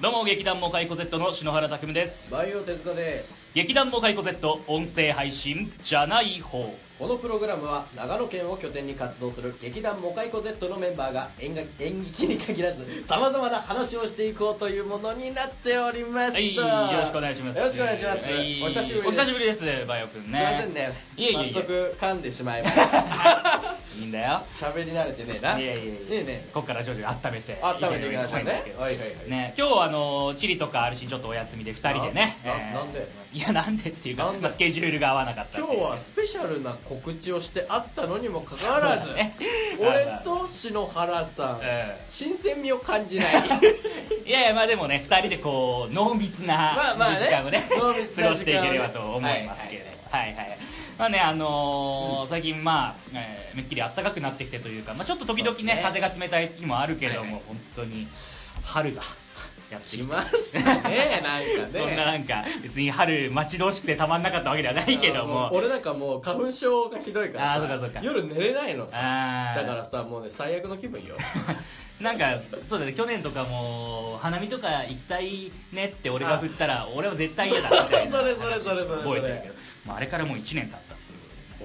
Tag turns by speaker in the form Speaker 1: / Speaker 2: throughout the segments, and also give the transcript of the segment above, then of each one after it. Speaker 1: どうも劇団モカイコ Z の篠原拓夢です
Speaker 2: バイオ手塚です
Speaker 1: 劇団モカイコ Z 音声配信じゃない方
Speaker 2: このプログラムは長野県を拠点に活動する劇団モカイコ Z のメンバーが演劇演劇に限ら ずさまざまな話をしていこうというものになっております
Speaker 1: はいよろしくお願いします
Speaker 2: よろしくお願いします、
Speaker 1: はい
Speaker 2: お久しぶり
Speaker 1: お
Speaker 2: です
Speaker 1: 久しぶりですバイオくん
Speaker 2: すいません
Speaker 1: ね
Speaker 2: ね
Speaker 1: いえいえいえ
Speaker 2: 早速噛んでしまいました
Speaker 1: いいんだよ
Speaker 2: 喋り慣れてねえないい
Speaker 1: やいやいや
Speaker 2: ねえね
Speaker 1: ここから徐々に温めて
Speaker 2: え温めていきましょう
Speaker 1: いけるようにと思い
Speaker 2: ね
Speaker 1: ます
Speaker 2: はいはいは
Speaker 1: け
Speaker 2: い、
Speaker 1: どね今日はあのチリとか RC ちょっとお休みで2人でね
Speaker 2: なななんで
Speaker 1: いやなんでっていうか
Speaker 2: なんで
Speaker 1: まあスケジュールが合わなかった
Speaker 2: 今
Speaker 1: っていう
Speaker 2: 日はスペシャルな告知をしてあったのにもかかわらず、
Speaker 1: そうだね
Speaker 2: 俺と篠原さん、
Speaker 1: ええ
Speaker 2: 新鮮味を 感じない
Speaker 1: いやいやまあでもね2人でこう濃密な
Speaker 2: まあまあね
Speaker 1: 時間をね
Speaker 2: 濃密
Speaker 1: 過
Speaker 2: な時間をね
Speaker 1: ごしていければと思いますけれどもはいはい、まあねあのー最近まあ、えーめっきり暖かくなってきてというか、まあ、ちょっと時々
Speaker 2: そう
Speaker 1: ね
Speaker 2: ですね
Speaker 1: 風が冷たい日もあるけども、
Speaker 2: はいはい
Speaker 1: 本当に春がやってき
Speaker 2: 来
Speaker 1: て
Speaker 2: ましたねなんかね
Speaker 1: そんななんか別に春待ち遠しくてたまんなかったわけではないけど
Speaker 2: あの
Speaker 1: も
Speaker 2: 俺なんかもう花粉症がひどいからさ
Speaker 1: あーそうかそうか
Speaker 2: 夜寝れないのさ
Speaker 1: あー
Speaker 2: だからさもうね最悪の気分 よ
Speaker 1: なんかそうだね去年とかも花見とか行きたいねって俺が振ったら俺は絶対嫌だみたいな
Speaker 2: それそれそれそれそ
Speaker 1: 覚
Speaker 2: れ
Speaker 1: えてるけど、まあ、あれからもう1年経ったって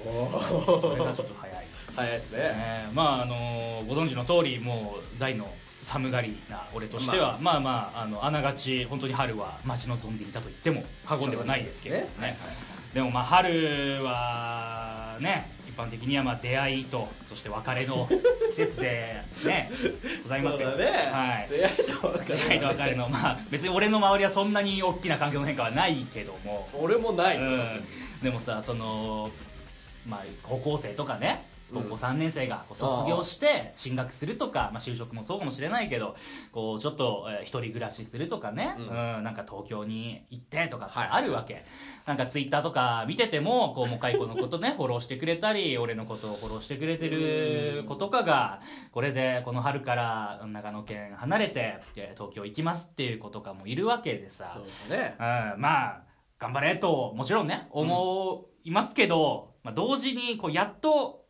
Speaker 1: いう
Speaker 2: お
Speaker 1: ことでそれ がちょ
Speaker 2: ー
Speaker 1: っと早い、
Speaker 2: 早いですね
Speaker 1: えーまああのーご存知の通りもう大の寒がりな俺としては、まあまああのあながち本当に春は街のゾンビにいたと言っても過言ではないですけれどもね
Speaker 2: ねはいはい
Speaker 1: でもまあ春はね一般的にはまあ出会いとそして別れの季節で ねございますよ
Speaker 2: そうだね
Speaker 1: はい
Speaker 2: 出会いと別れ
Speaker 1: 出会いと別れのまあ別に俺の周りはそんなに大きな環境の変化はないけども
Speaker 2: 俺もない、
Speaker 1: うん、でもさその、まあ、高校生とかね高校3年生がこう卒業して進学するとか、まあ、就職もそうかもしれないけどこうちょっと、えー一人暮らしするとかね、う
Speaker 2: うんん
Speaker 1: なんか東京に行ってとかってあるわけ、なんかツイッターとか見ててもこうもかいこのこと ねフォローしてくれたり俺のことをフォローしてくれてる子とかがこれでこの春から長野県離れてえー東京行きますっていう子とかもいるわけでさ
Speaker 2: そうですね
Speaker 1: うんまあ頑張れともちろんね思いますけど、まあ、同時にこうやっと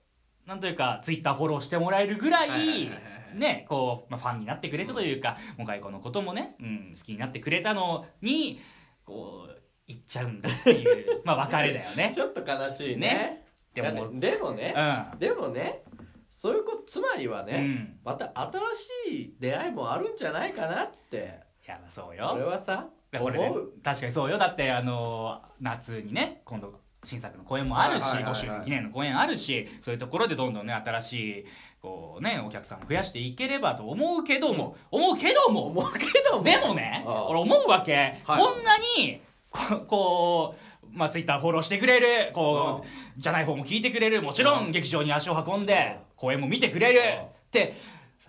Speaker 1: なんというかツイッターフォローしてもらえるぐら
Speaker 2: はいはいはい
Speaker 1: い
Speaker 2: はい
Speaker 1: ねこう、まあ、ファンになってくれたというかもかいこのこともね、うん、好きになってくれたのにこう行っちゃうんだっていう まあ別れだよね。
Speaker 2: ちょっと悲しいね
Speaker 1: ねでも、
Speaker 2: だってでもね、でもねそういうことつまりは
Speaker 1: うん、う
Speaker 2: ね、
Speaker 1: ん、
Speaker 2: また新しい出会いもあるんじゃないかなって
Speaker 1: いやまあそうよ。
Speaker 2: 俺はさ
Speaker 1: いやこ
Speaker 2: 思
Speaker 1: れね
Speaker 2: う
Speaker 1: 確かにそうよだってあの夏にね今度新作の公演もあるし
Speaker 2: はいはいはいは
Speaker 1: 5
Speaker 2: い
Speaker 1: 周年記念の公演あるしそういうところでどんどんね新しいこうねお客さんを増やしていければと思うけども思うけども
Speaker 2: 思うけども
Speaker 1: でもね
Speaker 2: ああ
Speaker 1: 俺思うわけ、
Speaker 2: はい
Speaker 1: こんなにここう、まあ、ツイッターフォローしてくれるこうじゃない方も聞いてくれるもちろ
Speaker 2: うん
Speaker 1: 劇場に足を運んで
Speaker 2: う
Speaker 1: 公演も見てくれる
Speaker 2: うん
Speaker 1: って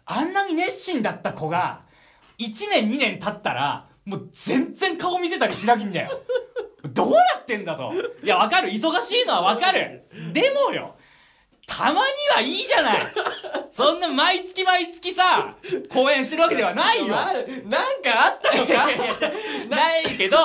Speaker 1: あんなに熱心だった子が1年2年経ったらもう全然顔見せたりしなきんだよ どうなってんだといやわかる忙しいのはわかるでもよたまにはいいじゃないそんな毎月毎月さ公演してるわけではないよ
Speaker 2: ななんかあったの
Speaker 1: いや
Speaker 2: か
Speaker 1: いやいやないけど、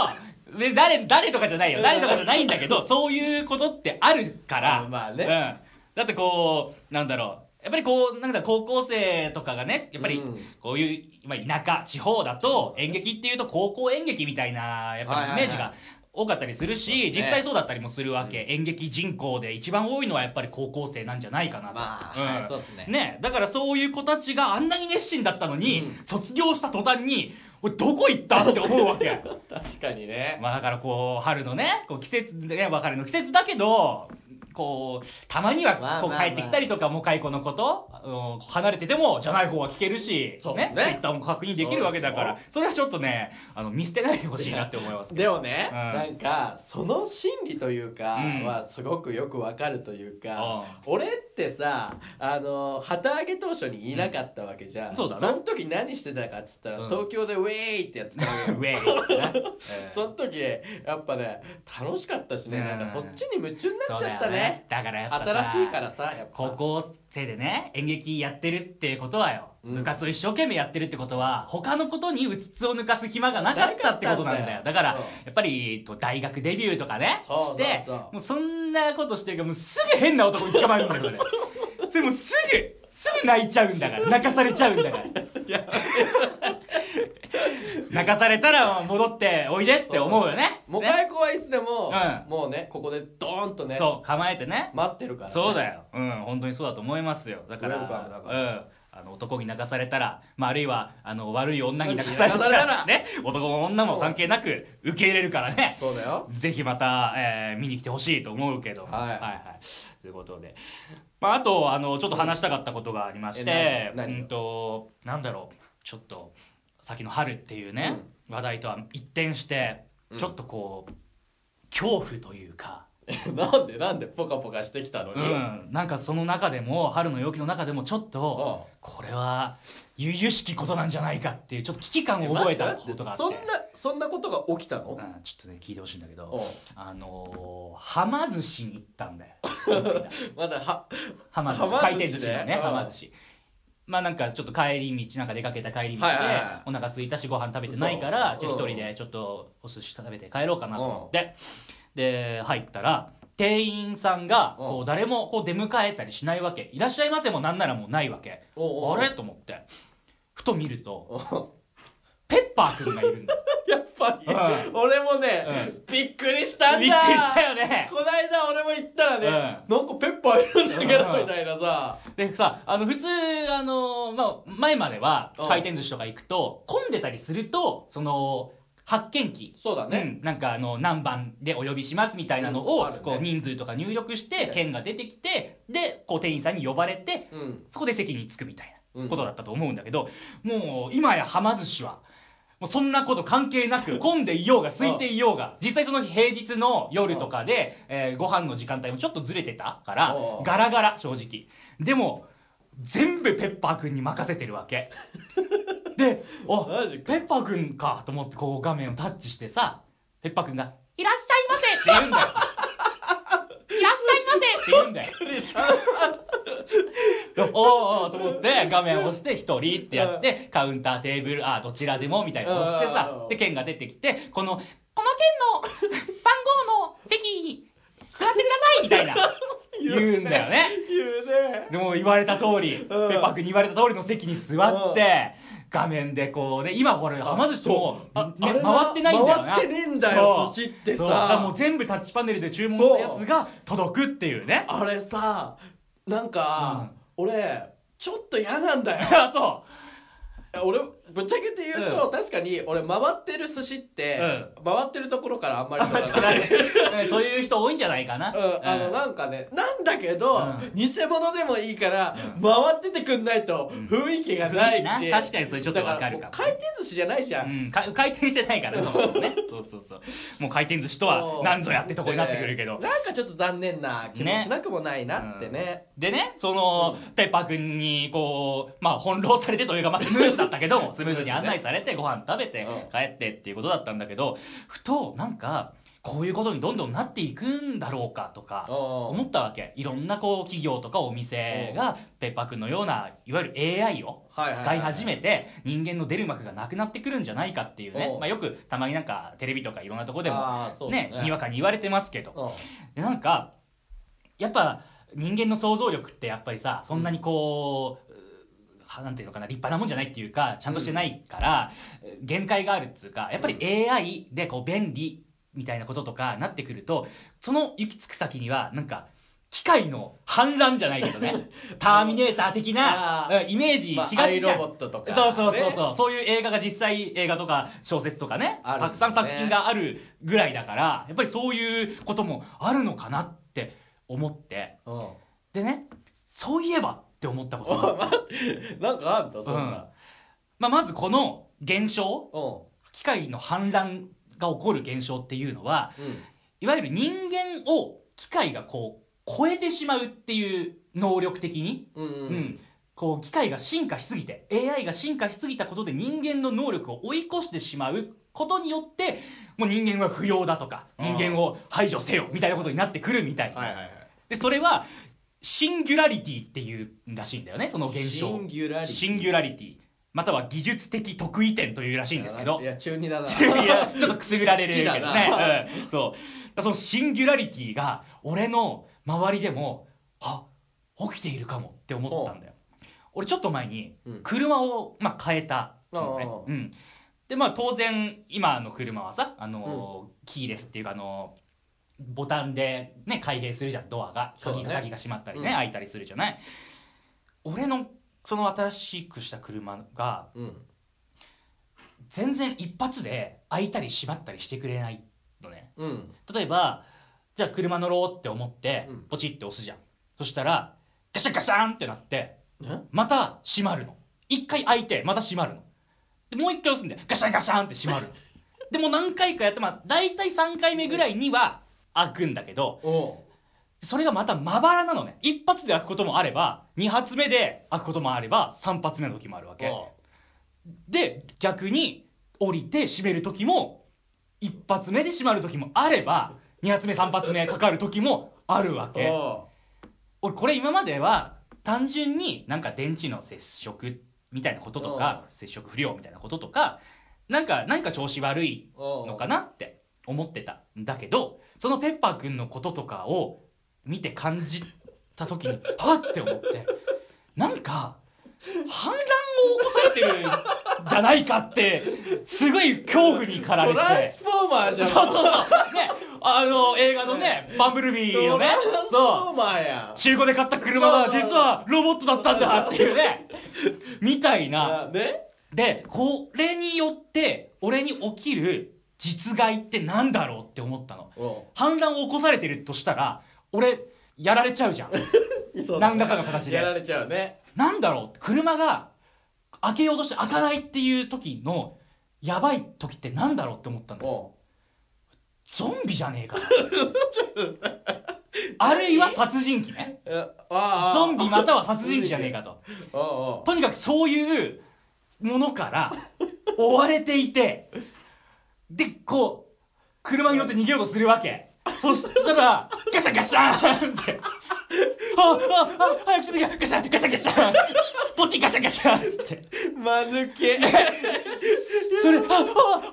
Speaker 1: 別に誰、誰とかじゃないよ。誰とかじゃないんだけど、そういうことってあるから。
Speaker 2: あ まあね
Speaker 1: うん。だってこう、なんだろう。やっぱりこう、なんだろう高校生とかがね、やっぱり
Speaker 2: うん
Speaker 1: こういう、まあ、田舎、地方だと、演劇っていうと高校演劇みたいな、やっぱりイメージ
Speaker 2: はいはいは
Speaker 1: が多かったりするし、
Speaker 2: そうですね
Speaker 1: 実際そうだったりもするわけ。演劇人口で一番多いのはやっぱり高校生なんじゃないかなと。
Speaker 2: まあ、
Speaker 1: うん
Speaker 2: はいそうですね
Speaker 1: ねだからそういう子たちがあんなに熱心だったのに、
Speaker 2: うん
Speaker 1: 卒業した途端に「俺どこ行った?」って思うわけ
Speaker 2: 確かにね、
Speaker 1: まあだからこう春のねこう季節ね別れの季節だけどこうたまに
Speaker 2: ま
Speaker 1: は
Speaker 2: あ
Speaker 1: こう
Speaker 2: まあまあ
Speaker 1: 帰ってきたりとか、もかいこのこと、うん離れててもじゃない方は聞けるし
Speaker 2: そうね
Speaker 1: ツイッターも確認できるわけだからそれはちょっとねあの見捨てないでほしいなって思いますけ
Speaker 2: で
Speaker 1: ど
Speaker 2: もね、
Speaker 1: うん
Speaker 2: なんかその心理というか
Speaker 1: うん
Speaker 2: はすごくよくわかるというか、俺ってさあの旗揚げ当初にいなかったわけじゃん、
Speaker 1: うんそうだな
Speaker 2: の時何してたかっつったら、
Speaker 1: うん
Speaker 2: 東京でウェーイってやってたわ
Speaker 1: う
Speaker 2: けよ
Speaker 1: ん ウェイって なうん
Speaker 2: その時やっぱね楽しかったしね、
Speaker 1: うん
Speaker 2: なんかそっちに夢中にな
Speaker 1: そ
Speaker 2: っ
Speaker 1: う
Speaker 2: ち
Speaker 1: だ
Speaker 2: ゃ
Speaker 1: よ
Speaker 2: ったね
Speaker 1: だからやっぱさ
Speaker 2: 新しいからさやっぱ
Speaker 1: 高校生でね演劇やってるってことはよ、
Speaker 2: うん
Speaker 1: 部活を一生懸命やってるってことは他のことにうつつを抜かす暇がなかったってことなんだよ
Speaker 2: なかったんだよ
Speaker 1: だから、
Speaker 2: うん
Speaker 1: やっぱりと大学デビューとかね
Speaker 2: そうそうそ
Speaker 1: し
Speaker 2: う
Speaker 1: てもうそんなことしてるからもうすぐ変な男に捕まえるんだよこ れそれもうすぐすぐ泣いちゃうんだから泣かされちゃうんだから
Speaker 2: いや
Speaker 1: 泣かされたら戻っておいでって思うよね。
Speaker 2: も
Speaker 1: ね
Speaker 2: かいこはいつで
Speaker 1: う
Speaker 2: も、
Speaker 1: ん
Speaker 2: もうねここでドーンとね
Speaker 1: そう、構えてね。
Speaker 2: 待ってるから、ね、
Speaker 1: そうだ
Speaker 2: よ
Speaker 1: よ。うん、本当にそうだと思いますよ。だから、
Speaker 2: ウェルカムだか
Speaker 1: うん。あの男に泣かされたら、まあ、あるいはあの悪い女に泣かされた
Speaker 2: 泣かされた
Speaker 1: ら
Speaker 2: ら
Speaker 1: ね男も女も関係なく受け入れるからね
Speaker 2: そうだよ
Speaker 1: ぜひまた、えー見に来てほしいと思うけど、
Speaker 2: はい
Speaker 1: はいということで、まあ、あとあのちょっと話したかったことがありまして
Speaker 2: え、何何
Speaker 1: うんとなんだろうちょっとさっきの春っていうね、話題とは一転して、
Speaker 2: うん
Speaker 1: ちょっとこう恐怖というか、
Speaker 2: なんでなんでポカポカしてきたの
Speaker 1: う
Speaker 2: に、う
Speaker 1: ん、
Speaker 2: ん
Speaker 1: なんかその中でも春の陽気の中でもちょっと、これは由々しきことなんじゃないかっていうちょっと危機感を覚えたことがあって
Speaker 2: そんなそんなことが起きたの、
Speaker 1: うん、ちょっとね聞いてほしいんだけど。
Speaker 2: おう
Speaker 1: あのー、はま寿司に行ったんだよ。
Speaker 2: まだは
Speaker 1: はま寿司。
Speaker 2: はま寿司ね
Speaker 1: 回転寿司のね、
Speaker 2: うん
Speaker 1: はま寿司。まあなんかちょっと帰り道、なんか出かけた帰り道で
Speaker 2: はいはいはい、
Speaker 1: お腹空いたしご飯食べてないから、ち
Speaker 2: そう
Speaker 1: ょっと
Speaker 2: うん
Speaker 1: 一人でちょっとお寿司食べて帰ろうかなと思って、で、入ったら、店員さんが、
Speaker 2: う
Speaker 1: こ
Speaker 2: ん
Speaker 1: う、誰もこう出迎えたりしないわけ。いらっしゃいませもなんならもうないわけ。
Speaker 2: おうお
Speaker 1: あ
Speaker 2: う
Speaker 1: れと思って、ふと見ると、
Speaker 2: おう
Speaker 1: ペッパーくんがいるんだ。
Speaker 2: やっぱり、
Speaker 1: う
Speaker 2: 俺もね、びっくりしたんだ
Speaker 1: びっくりしたよね。
Speaker 2: こないだ俺も行ったらね、なんかペッパーいるんだけ
Speaker 1: う
Speaker 2: ど
Speaker 1: ん
Speaker 2: みたいなさ、
Speaker 1: でさ、あの、普通、あの、まあ、前までは
Speaker 2: うん、
Speaker 1: 回転寿司とか行くと、混んでたりすると、その、発見機。
Speaker 2: そうだね、
Speaker 1: うん、なんかあの何番でお呼びしますみたいなのを、
Speaker 2: うんあるね
Speaker 1: こう人数とか入力し
Speaker 2: ね
Speaker 1: て券が出てきてでこう店員さんに呼ばれて
Speaker 2: うん
Speaker 1: そこで席に着くみたい
Speaker 2: うん
Speaker 1: なことだったと思うんだけど、もう今やはま寿司はもうそんなこと関係な く混んでいようが空いていようが実際その日平日の夜とかで、えーご飯の時間帯もちょっとずれてたから
Speaker 2: おう
Speaker 1: ガラガラ正直でも全部ペッパーくんに任せてるわ けであ
Speaker 2: マジか
Speaker 1: ペッパーくんかと思ってこう画面をタッチしてさ、ペッパーくんが、いらっしゃいませって言うんだよ。いらっしゃいませって言うんだよ。 おーおーと思って画面を押して一人ってやって、カウンター、テーブル、あー、どちらでもみたいなのを押して
Speaker 2: う
Speaker 1: さ
Speaker 2: ん、
Speaker 1: で、券が出てきて、この、この券の番号の席に座ってくださいみたいな 言うんだよね。
Speaker 2: 言うね
Speaker 1: でも言われた通り、ペッパー君に言われた通りの席に座って、画面でこうね、今これ、はま寿司もう、
Speaker 2: ああ
Speaker 1: ね
Speaker 2: れが
Speaker 1: 回ってないんだよな。
Speaker 2: 回ってねえんだよ
Speaker 1: そう
Speaker 2: 寿司って
Speaker 1: そうだから
Speaker 2: さ
Speaker 1: もう全部タッチパネルで注文したやつが届くっていうね。
Speaker 2: あれさなんか、俺ちょっと嫌なんだよ
Speaker 1: あそ
Speaker 2: 俺ぶっちゃけて言うと、確かに俺回ってる寿司って、回ってるところからあんまりそう
Speaker 1: う。ね そういう人多いんじゃないかな。
Speaker 2: うん、あの
Speaker 1: うん
Speaker 2: なんかねなんだけど、
Speaker 1: うん
Speaker 2: 偽物でもいいから、
Speaker 1: うん
Speaker 2: 回っててくんないと
Speaker 1: うん
Speaker 2: 雰囲気がないって、
Speaker 1: 雰囲気な確かにそれちょっとわかるかも
Speaker 2: だらもう回転寿司じゃないじゃん、
Speaker 1: うん、か回転してないからね、そもそもね。そうそうそう。もう回転寿司とは何ぞやってとこになってくるけど。
Speaker 2: なんかちょっと残念な気もしなくもないなってね
Speaker 1: でね、その、ペッパーくんに、こう、まあ、翻弄されてというか、まあ、スムーズだったけ ど、スムーズに案内されて、ご飯食べて
Speaker 2: うん、
Speaker 1: 帰ってっていうことだったんだけど、ふと、なんか、こういうことにどんどんなっていくんだろうかとか、
Speaker 2: うん
Speaker 1: 思ったわけ。いろんな、こう、企業とかお店が、ペッパーくんのような、いわゆる AI を、
Speaker 2: はいはいはい
Speaker 1: 使い始めて人間の出る幕がなくなってくるんじゃないかっていうね
Speaker 2: おう、
Speaker 1: まあ、よくたまになんかテレビとかいろんなとこでも
Speaker 2: あーそうだ
Speaker 1: ねにわかに言われてますけど
Speaker 2: うん
Speaker 1: でなんかやっぱ人間の想像力ってやっぱりさそんなにこう、はなんていうのかな立派なもんじゃないっていうかちゃんとしてないから、限界があるっつうかやっぱり AI でこう便利みたいなこととかなってくるとその行き着く先にはなんか機械の反乱じゃないけど ねターミネーター的な
Speaker 2: あ
Speaker 1: うんイメージ
Speaker 2: まあ
Speaker 1: しが
Speaker 2: アイ
Speaker 1: ちじゃ
Speaker 2: ロ
Speaker 1: ん
Speaker 2: ボ。ットとか、
Speaker 1: そうそうそう
Speaker 2: う
Speaker 1: そう、そういう映画が実際映画とか小説とかね
Speaker 2: あるんだね
Speaker 1: たくさん作品があるぐらいだからやっぱりそういうこともあるのかなって思ってでねそういえばって思ったことがある
Speaker 2: うん、なんかあんだそんな、
Speaker 1: まあ、まずこの現象
Speaker 2: うん
Speaker 1: 機械の反乱が起こる現象っていうのは
Speaker 2: うん
Speaker 1: いわゆる人間を機械がこう超えてしまうっていう能力的に
Speaker 2: うんう
Speaker 1: うんん、こう機械が進化しすぎて AI が進化しすぎたことで人間の能力を追い越してしまうことによってもう人間は不要だとか
Speaker 2: うん
Speaker 1: 人間を排除せよみたいなことになってくるみたいな、
Speaker 2: はいはいはい
Speaker 1: でそれはシンギュラリティっていうらしいんだよねその現
Speaker 2: シ
Speaker 1: 象
Speaker 2: ンギュラリティ
Speaker 1: シンギュラリティまたは技術的特異点というらしいんですけど
Speaker 2: いや中二だな
Speaker 1: いや ちょっとくすぐられるけど
Speaker 2: 好きだ
Speaker 1: ね、うん、そうだからそのシンギュラリティが俺の周りでもあ起きているかもって思ったんだよ俺ちょっと前に
Speaker 2: うん
Speaker 1: 車を、まあ、変えたのね
Speaker 2: ああ
Speaker 1: うん、でまあ当然今の車はさあの、キーレスっていうかあのボタンでね開閉するじゃんドアが
Speaker 2: そうだ
Speaker 1: 鍵,、
Speaker 2: ね
Speaker 1: 鍵が閉まったりね、
Speaker 2: うん
Speaker 1: 開いたりするじゃない俺のその新しくした車が
Speaker 2: うん
Speaker 1: 全然一発で開いたり閉まったりしてくれないのね
Speaker 2: うん
Speaker 1: 例えばじゃあ車乗ろうって思って
Speaker 2: うん
Speaker 1: ポチって押すじゃん、そしたらガシャンガシャンってなって
Speaker 2: え
Speaker 1: また閉まるの一回開いてまた閉まるのでもう一回押すんでガシャンガシャンって閉ま るのでもう何回かやってまあ大体3回目ぐらいには開くんだけど
Speaker 2: おう
Speaker 1: それがまたまばらなのね一発で開くこともあれば2発目で開くこともあれば3発目の時もあるわけ
Speaker 2: おう
Speaker 1: で逆に降りて閉める時も一発目で閉まる時もあれば二発目三発目かかる時もあるわけ
Speaker 2: お
Speaker 1: 俺これ今までは単純になんか電池の接触みたいなこととか接触不良みたいなこととかなんか何か調子悪いう
Speaker 2: おう
Speaker 1: のかなって思ってたんだけどそのペッパーくんのこととかを見て感じた時に パッて思ってなんか反乱を起こされてるんじゃないかってすごい恐怖に駆ら
Speaker 2: トラ
Speaker 1: れ
Speaker 2: ン
Speaker 1: て
Speaker 2: ス。フォーマーじ
Speaker 1: そ
Speaker 2: ゃ
Speaker 1: うんそうそうねあの映画のねバンブルビーの
Speaker 2: ト
Speaker 1: ね
Speaker 2: ランスフ
Speaker 1: そう
Speaker 2: ォーマーやん
Speaker 1: 中古で買った車が
Speaker 2: そうそう
Speaker 1: 実はロボットだったんだっていうねみたいな
Speaker 2: あね
Speaker 1: でこれによって俺に起きる実害ってなんだろうって思ったの
Speaker 2: おう
Speaker 1: 反乱を起こされてるとしたら俺やられちゃうじゃん
Speaker 2: そうだ
Speaker 1: 何らかの形
Speaker 2: やら
Speaker 1: で
Speaker 2: れちゃうね
Speaker 1: なんだろう車が開けようとして開かないっていう時のやばい時ってなんだろうって思ったの
Speaker 2: おう
Speaker 1: ゾンビじゃねえかなあるいは殺人鬼ね
Speaker 2: えああ
Speaker 1: ゾンビまたは殺人鬼じゃねえかと
Speaker 2: おうお
Speaker 1: とにかくそういうものから追われていて、で、こう、車に乗って逃げようとするわけ。そしたら、ガシャンガシャンって。あ、あ、あ、早くしなきゃガシャンガシャンガシャンポチンガシャンガシャンつって。
Speaker 2: う間抜 け
Speaker 1: それ、あ、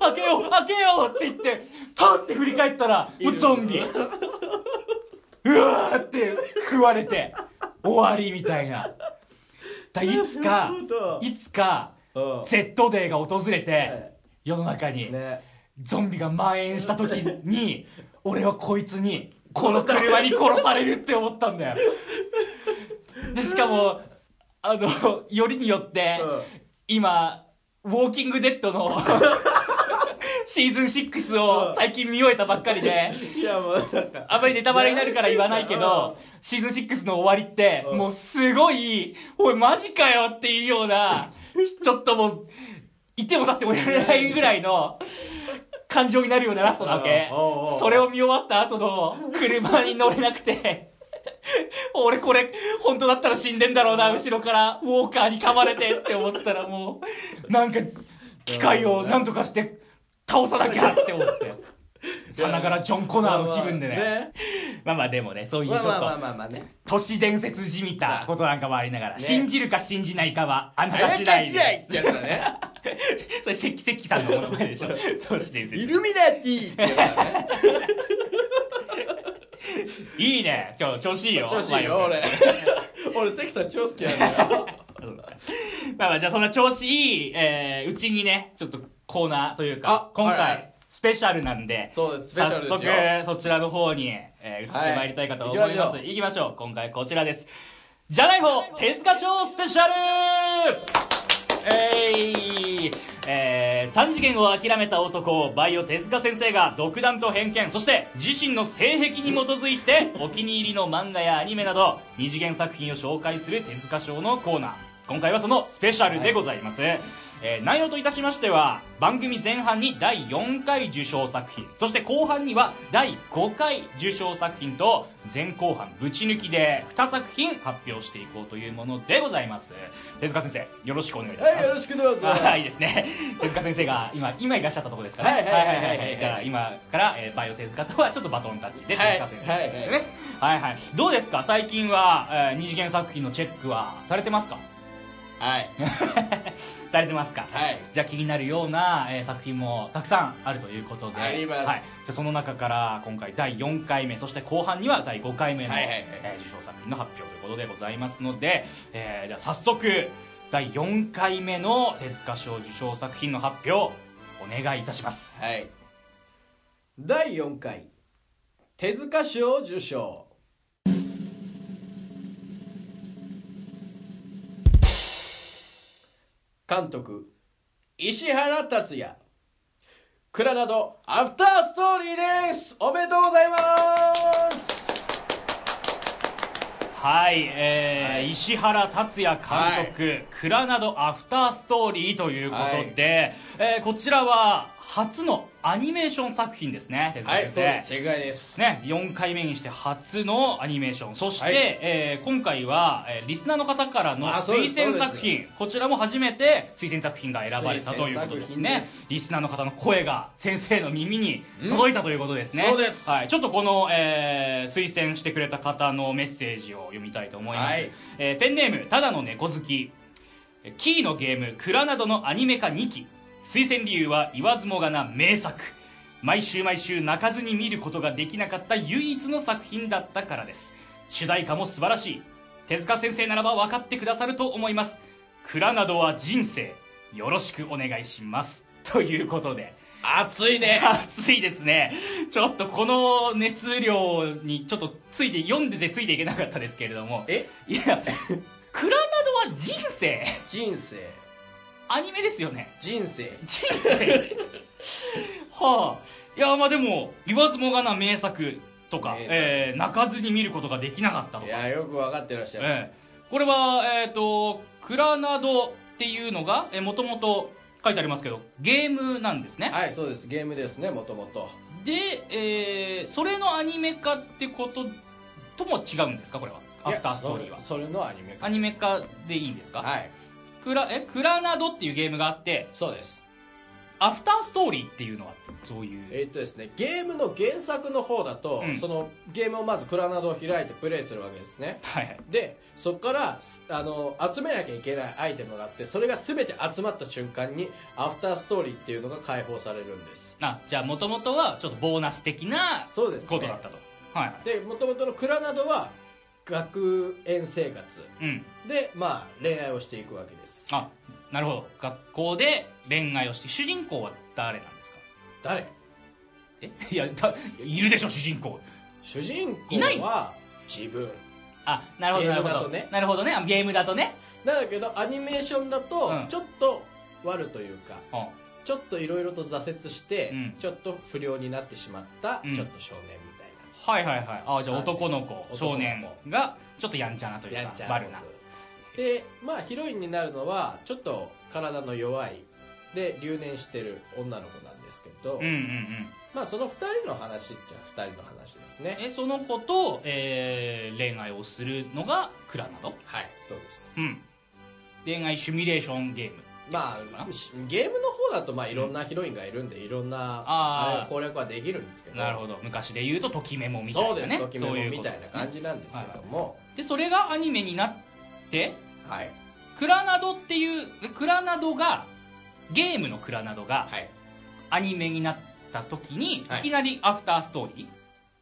Speaker 1: あ、開けよう開けようって言って、パって振り返ったら、もうゾ ンビ。うわーって食われて、終わりみたいな。だいつか、
Speaker 2: い
Speaker 1: いつか、
Speaker 2: う
Speaker 1: Z デーが訪れて、
Speaker 2: ん
Speaker 1: 世の中に、
Speaker 2: ね
Speaker 1: ゾンビが蔓延した時に、俺はこいつに、この車に殺されるって思ったんだよ。で、しかも、あの、よりによって、今、ウォーキングデッドのシーズン6を最近見終えたばっかりで、
Speaker 2: いやもうなんか
Speaker 1: あまりネタバレになるから言わないけど、シーズン6の終わりって、
Speaker 2: うん
Speaker 1: もうすごい、おいマジかよっていうような、ちょっともう、いても立ってもいられないぐらいの感情になるようなラストなわけ
Speaker 2: うんうんうん。
Speaker 1: それを見終わった後の車に乗れなくて、俺これ、本当だったら死んでんだろうな、後ろからウォーカーに噛まれてって思ったらもう、なんか、機械をなんとかして倒さなきゃって思って。さながらジョン・コナーの気分でね。まあまあでもね、そういうちょ
Speaker 2: ま
Speaker 1: っ
Speaker 2: あ
Speaker 1: と、
Speaker 2: まあまあまあまあね
Speaker 1: 都市伝説じみたことなんかもありながら、
Speaker 2: ね
Speaker 1: 信じるか信じないかはあなた次第
Speaker 2: あなた
Speaker 1: で
Speaker 2: 次第ってやつだね
Speaker 1: す。それ、関関さんのものまねでしょ。都市伝説。
Speaker 2: イルミナティってやつだね
Speaker 1: いいね。今日調子いいよ。
Speaker 2: 調子いいよ
Speaker 1: 前
Speaker 2: 俺 俺関さん超好きなんだよ
Speaker 1: まあまあ、じゃあそんな調子いい、えー、うちにね、ちょっとコーナーというか
Speaker 2: あ、
Speaker 1: 今回、
Speaker 2: はいはい
Speaker 1: スペシャルなんで、
Speaker 2: そうですスペシ
Speaker 1: 早
Speaker 2: ャルで
Speaker 1: 速
Speaker 2: すよ
Speaker 1: そちらの方に、えー移ってまいりたいかと思います、
Speaker 2: はい行きましょう
Speaker 1: 行きましょう今回こちらですじゃない方手塚賞スペシャルえいえー、3次元を諦めた男バイオ手塚先生が独断と偏見そして自身の性癖に基づいてお気に入りの漫画やアニメなど二次元作品を紹介する手塚賞のコーナー今回はそのスペシャルでございます、えー内容といたしましては番組前半に第4回受賞作品そして後半には第5回受賞作品と前後半ぶち抜きで2作品発表していこうというものでございます手塚先生よろしくお願いいたし
Speaker 2: は
Speaker 1: ま
Speaker 2: い
Speaker 1: す
Speaker 2: よろしくどうぞ
Speaker 1: ああいいですね手塚先生が今今いらっしゃったところですかね
Speaker 2: はいはいはいはいはい
Speaker 1: じゃあ今から、えーバイオ手塚とはちょっとバトンタッチで手
Speaker 2: はい
Speaker 1: 塚先生
Speaker 2: はいはい
Speaker 1: ねはいはいどうですか最近は、えー二次元作品のチェックはされてますか
Speaker 2: はい
Speaker 1: されてますか
Speaker 2: はい
Speaker 1: じゃあ気になるような、えー作品もたくさんあるということで
Speaker 2: あります
Speaker 1: はい、じゃあその中から今回第4回目そして後半には第5回目の、
Speaker 2: はいはいはい
Speaker 1: えー受賞作品の発表ということでございますので、えー、では早速第4回目の手塚賞受賞作品の発表お願いいたします
Speaker 2: はい第4回手塚賞受賞監督石原達也蔵などアフターストーリーですおめでとうございます
Speaker 1: はい、えー
Speaker 2: はい
Speaker 1: 石原達也監督「蔵などアフターストーリー」ということで、えーこちらは初のアニメーション作品ですね手塚
Speaker 2: はい
Speaker 1: 先生
Speaker 2: そうです正解です
Speaker 1: ね、4回目にして初のアニメーションそして、
Speaker 2: はい
Speaker 1: えー今回は、えーリスナーの方からの
Speaker 2: あそうで
Speaker 1: 推
Speaker 2: す
Speaker 1: 薦作
Speaker 2: そう
Speaker 1: 品こちらも初めて推薦作品が選ばれたということです
Speaker 2: 推薦
Speaker 1: ね
Speaker 2: 作品
Speaker 1: リスナーの方の声が先生の耳に届いたということですね、
Speaker 2: うんそうです
Speaker 1: はい、ちょっとこの、えー推薦してくれた方のメッセージを読みたいと思います、
Speaker 2: はい
Speaker 1: えーペンネームただの猫好きキーのゲーム「蔵などのアニメ化2期推薦理由は言わずもがな名作毎週毎週泣かずに見ることができなかった唯一の作品だったからです主題歌も素晴らしい手塚先生ならば分かってくださると思います蔵などは人生よろしくお願いしますということで
Speaker 2: 熱い ね
Speaker 1: 暑いですね。ちょっとこの熱量にちょっとついて、読んでてついていけなかったですけれども。
Speaker 2: え
Speaker 1: いや、クラナドは人生。
Speaker 2: 人生
Speaker 1: アニメですよね。
Speaker 2: 人生
Speaker 1: 人 生。はあ。いや、まあでも、言わずもがな名作とか、
Speaker 2: 名作
Speaker 1: えー泣かずに見ることができなかったと
Speaker 2: い
Speaker 1: か。
Speaker 2: やよく分かってらっしゃる、
Speaker 1: ええこれは、えっ、と、クラナドっていうのが、えー、もともと書いてありますけど、ゲームなんですね。
Speaker 2: はいそうですゲームですねもともと
Speaker 1: で、えーそれのアニメ化ってこととも違うんですかこれはアフターストーリーはい
Speaker 2: やそれそれのアニメ化です
Speaker 1: アニメ化でいいんですか、
Speaker 2: はい
Speaker 1: クラえクラナドっていうゲームがあって
Speaker 2: そうです
Speaker 1: アフターストーリーっていうのはそういう
Speaker 2: えーっとですねゲームの原作の方だと、
Speaker 1: うん
Speaker 2: そのゲームをまずクラナドを開いてプレイするわけですね
Speaker 1: はいはい
Speaker 2: でそこからあの集めなきゃいけないアイテムがあってそれが全て集まった瞬間にアフターストーリーっていうのが解放されるんです
Speaker 1: あじゃあもともとはちょっとボーナス的な
Speaker 2: そうですね
Speaker 1: ことだったと、はいは
Speaker 2: で元々のクラナドは学園生活
Speaker 1: いうん
Speaker 2: でまあ恋愛をしていくわけです
Speaker 1: あなるほど学校で恋愛をして主人公は誰なんですか
Speaker 2: 誰
Speaker 1: え いやだいるでしょ主人公
Speaker 2: 主人
Speaker 1: い
Speaker 2: 公
Speaker 1: ない
Speaker 2: は自分
Speaker 1: あなるほど
Speaker 2: ゲ
Speaker 1: なる
Speaker 2: ーム
Speaker 1: ほ
Speaker 2: だ
Speaker 1: ど、
Speaker 2: とね
Speaker 1: なるほどねあゲームだとね、
Speaker 2: なんだけどアニメーションだと
Speaker 1: うん
Speaker 2: ちょっと悪というか、
Speaker 1: うん
Speaker 2: ちょっといろいろと挫折して、
Speaker 1: うん
Speaker 2: ちょっと不良になってしまった、
Speaker 1: うん
Speaker 2: ちょっと少年みたい
Speaker 1: はいはいはいあじゃあ男の子
Speaker 2: 男の子
Speaker 1: 少年がちょっとやんちゃなという
Speaker 2: なや
Speaker 1: か
Speaker 2: んちゃ
Speaker 1: バルな
Speaker 2: でまあヒロインになるのはちょっと体の弱いで留年してる女の子なんですけど、
Speaker 1: うんうんうん
Speaker 2: まあその2人の話っちゃ2人の話ですね
Speaker 1: えその子と、えー恋愛をするのがクラなど
Speaker 2: はいそうです
Speaker 1: うん恋愛シミュレーションゲーム
Speaker 2: まあしゲームの方だとまあいろんなヒロインがいるんでいろんな
Speaker 1: あー
Speaker 2: あれ攻略はできるんですけど
Speaker 1: なるほど昔で言うとときメモみたい
Speaker 2: そう
Speaker 1: な
Speaker 2: で
Speaker 1: ね
Speaker 2: すときめもみたいな感
Speaker 1: じ
Speaker 2: じなんですけども
Speaker 1: でそれがアニメになって
Speaker 2: はい
Speaker 1: クラなどっていうえクラなどがゲームのクラなどが
Speaker 2: はい
Speaker 1: アニメになった時に、
Speaker 2: はい
Speaker 1: いきなりアフターストーリ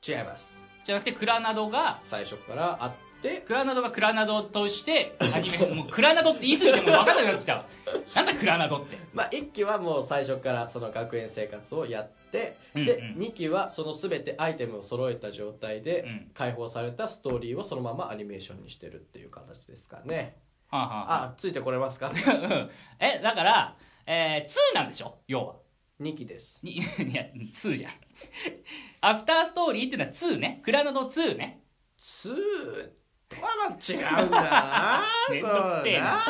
Speaker 1: ー
Speaker 2: 違います
Speaker 1: じゃなくてクラなどが
Speaker 2: 最初からあって
Speaker 1: クラナドがクラナドとしてアニメもうクラナドって言い過ぎてもう分かんなくなってきたわなんだクラナドって
Speaker 2: まあ、1期はもう最初からその学園生活をやって、
Speaker 1: うん
Speaker 2: で
Speaker 1: うん
Speaker 2: 2期はその全てアイテムを揃えた状態で
Speaker 1: うん
Speaker 2: 解放されたストーリーをそのままアニメーションにしてるっていう形ですかね
Speaker 1: はあはあ
Speaker 2: あついてこれます か
Speaker 1: えだから、えー、2なんでしょ要は
Speaker 2: 2期です
Speaker 1: に いや2じゃんアフターストーリーっていうのは2ねクラナド2ね
Speaker 2: 2は違うんだ な
Speaker 1: めんどくせえな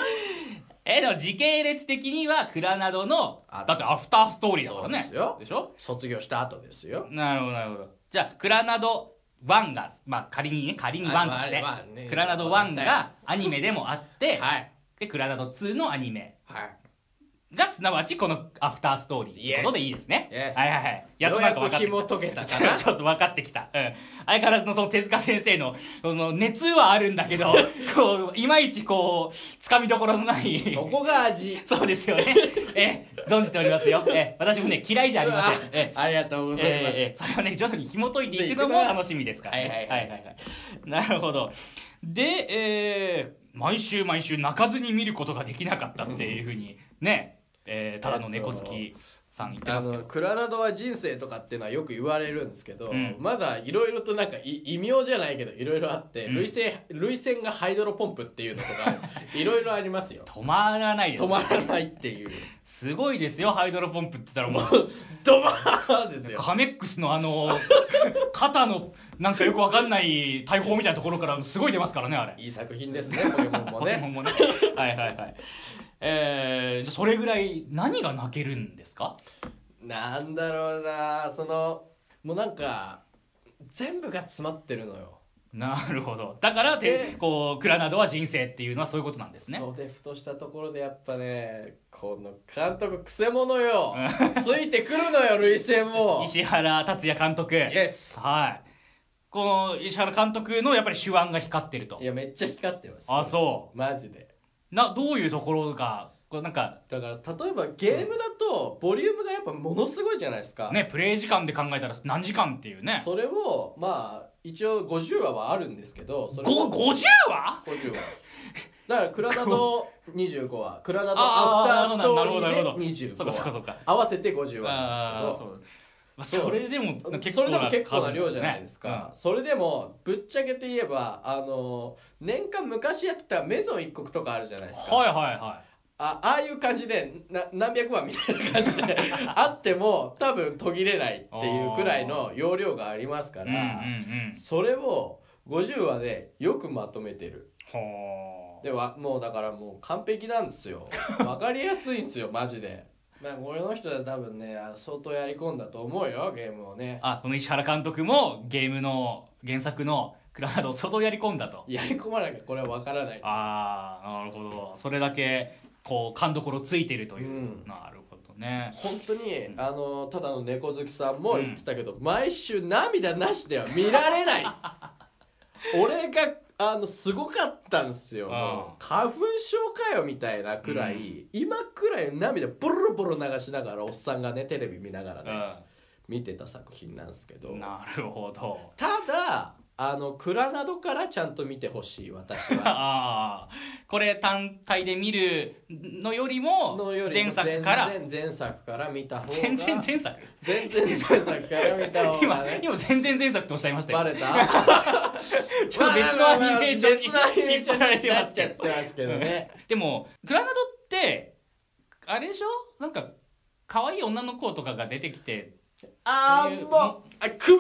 Speaker 1: えでも時系列的にはクラナドの
Speaker 2: あ
Speaker 1: だってアフターストーリーだから
Speaker 2: そう
Speaker 1: ね
Speaker 2: ですよ
Speaker 1: でしょ
Speaker 2: 卒業した後ですよ
Speaker 1: なるほどなるほどじゃあクラナド1がまあ仮にね仮に1として、
Speaker 2: あまあまあね
Speaker 1: クラナド1が アニメでもあって、
Speaker 2: はい
Speaker 1: でクラナド2のアニメ
Speaker 2: はい
Speaker 1: がすなわちこのアフターストーリーということでいいですね。
Speaker 2: Yes.
Speaker 1: はいはいはい。やっと
Speaker 2: よう
Speaker 1: なん
Speaker 2: や
Speaker 1: か分
Speaker 2: く
Speaker 1: かってき
Speaker 2: 紐
Speaker 1: た。
Speaker 2: 解けたかな
Speaker 1: ちょっと分かってきた。うん。相変わらずのその手塚先生のその熱はあるんだけ ど、こう、いまいちこう、つかみどころのない。
Speaker 2: そこが味
Speaker 1: そうですよね。ええ、存じておりますよ。ええ、私もね、嫌いじゃありません。ええ
Speaker 2: あありがとうございます、
Speaker 1: えーえーそれをね徐々に紐解いていくのも楽しみですから、ね、
Speaker 2: はいはいはい
Speaker 1: なるほどで、えー毎週毎週泣かずに見ることができなかったっていうふうにね、えーただの猫好きさん言って
Speaker 2: あ
Speaker 1: ますけ
Speaker 2: の
Speaker 1: ど
Speaker 2: クラナドは人生とかっていうのはよく言われるんですけど、
Speaker 1: うん
Speaker 2: まだいろいろとなんかい異名じゃないけどいろいろあって
Speaker 1: うん
Speaker 2: 涙腺,、涙腺がハイドロポンプっていうのと かいろいろありますよ
Speaker 1: 止まらないです
Speaker 2: 止まらないっていう
Speaker 1: すごいですよハイドロポンプって言ったらもう
Speaker 2: ドバーンですよ
Speaker 1: カメックスのあ の肩のなんかよくわかんない大砲みたいなところからすごい出ますからねあれ
Speaker 2: いい作品ですねポケモンも
Speaker 1: ポケモン
Speaker 2: ね
Speaker 1: もねはいはいはいえー、じゃあそれぐらい何が泣けるんですか
Speaker 2: なんだろうなそのもうなんか全部が詰まってるのよ
Speaker 1: なるほどだからて
Speaker 2: で
Speaker 1: こうクラナドは人生っていうのはそういうことなんですね
Speaker 2: そうでふとしたところでやっぱねこの監督くせ者よついてくるのよ涙腺も
Speaker 1: 石原達也監督
Speaker 2: イエス
Speaker 1: はいこの石原監督のやっぱり手腕が光ってると
Speaker 2: いやめっちゃ光ってます
Speaker 1: あそう
Speaker 2: マジで
Speaker 1: などういうところがこうなんか
Speaker 2: だから例えばゲームだとボリュームがやっぱものすごいじゃないですか、
Speaker 1: ねプレイ時間で考えたら何時間っていうね
Speaker 2: それをまあ一応50話はあるんですけどそれ
Speaker 1: ご
Speaker 2: を
Speaker 1: 50話
Speaker 2: 50話だからクラナド25話クラナド
Speaker 1: あー
Speaker 2: アフターストー
Speaker 1: なるほどなるほど
Speaker 2: リーで25
Speaker 1: そっか
Speaker 2: 話
Speaker 1: そっかそっか
Speaker 2: 合わせて50話なん
Speaker 1: あ
Speaker 2: です
Speaker 1: ーそ
Speaker 2: けど
Speaker 1: うまあそれでも結
Speaker 2: そ
Speaker 1: 構
Speaker 2: れでも
Speaker 1: な数
Speaker 2: 結構な量じゃないですか、
Speaker 1: ね
Speaker 2: それでもぶっちゃけて言えばあの年間昔やってたメゾン一国とかあるじゃないですか、
Speaker 1: うんはいはいは
Speaker 2: あああいう感じでな何百万みたいな感じで あっても多分途切れないっていうくらいの容量があります
Speaker 1: い
Speaker 2: か
Speaker 1: うんうん
Speaker 2: ら、
Speaker 1: うん
Speaker 2: それを50話でよくまとめてる
Speaker 1: ほー
Speaker 2: ではもうだからもう完璧なんです よわかりやすいんですよマジでまあこれの人は多分ねあ相当やり込んだと思うよゲームをね
Speaker 1: あこの石原監督もゲームの原作のクラナドを相当やり込んだと
Speaker 2: やり込まなきゃこれはわからない
Speaker 1: ああなるほどそれだけこう勘どころついてるという、
Speaker 2: うん
Speaker 1: なるほどね
Speaker 2: 本当に、
Speaker 1: うん
Speaker 2: あのただの猫好きさんも言ってたけど、毎週涙なしでは見られない俺があのすごかったんですよ、
Speaker 1: うん
Speaker 2: もう花粉症かよみたいなくらい、
Speaker 1: うん
Speaker 2: 今くらい涙ボロボロ流しながらおっさんがねテレビ見ながら
Speaker 1: う
Speaker 2: ね、
Speaker 1: ん
Speaker 2: 見てた作品なんですけど
Speaker 1: なるほど
Speaker 2: ただあの蔵などからちゃんと見てほしい 私は
Speaker 1: ああこれ単体で見るのよりも
Speaker 2: のより
Speaker 1: 前
Speaker 2: も
Speaker 1: 作から
Speaker 2: 全然前作から見た方が
Speaker 1: 全然前作
Speaker 2: 全然前作から見た方
Speaker 1: 今
Speaker 2: がね
Speaker 1: 今全然前作とおっしゃいました
Speaker 2: バ
Speaker 1: よ
Speaker 2: レた
Speaker 1: ちょっと別のアニメーションに
Speaker 2: 別のアニメー
Speaker 1: 引っ
Speaker 2: ショ
Speaker 1: 張
Speaker 2: ンに
Speaker 1: られてま
Speaker 2: な
Speaker 1: す
Speaker 2: っち
Speaker 1: け
Speaker 2: ゃっ
Speaker 1: ど
Speaker 2: てますけどね
Speaker 1: でもグラナドってあれでしょなんか可愛い女の子とかが出てきて
Speaker 2: あ
Speaker 1: そうい
Speaker 2: ー
Speaker 1: う
Speaker 2: もうあ首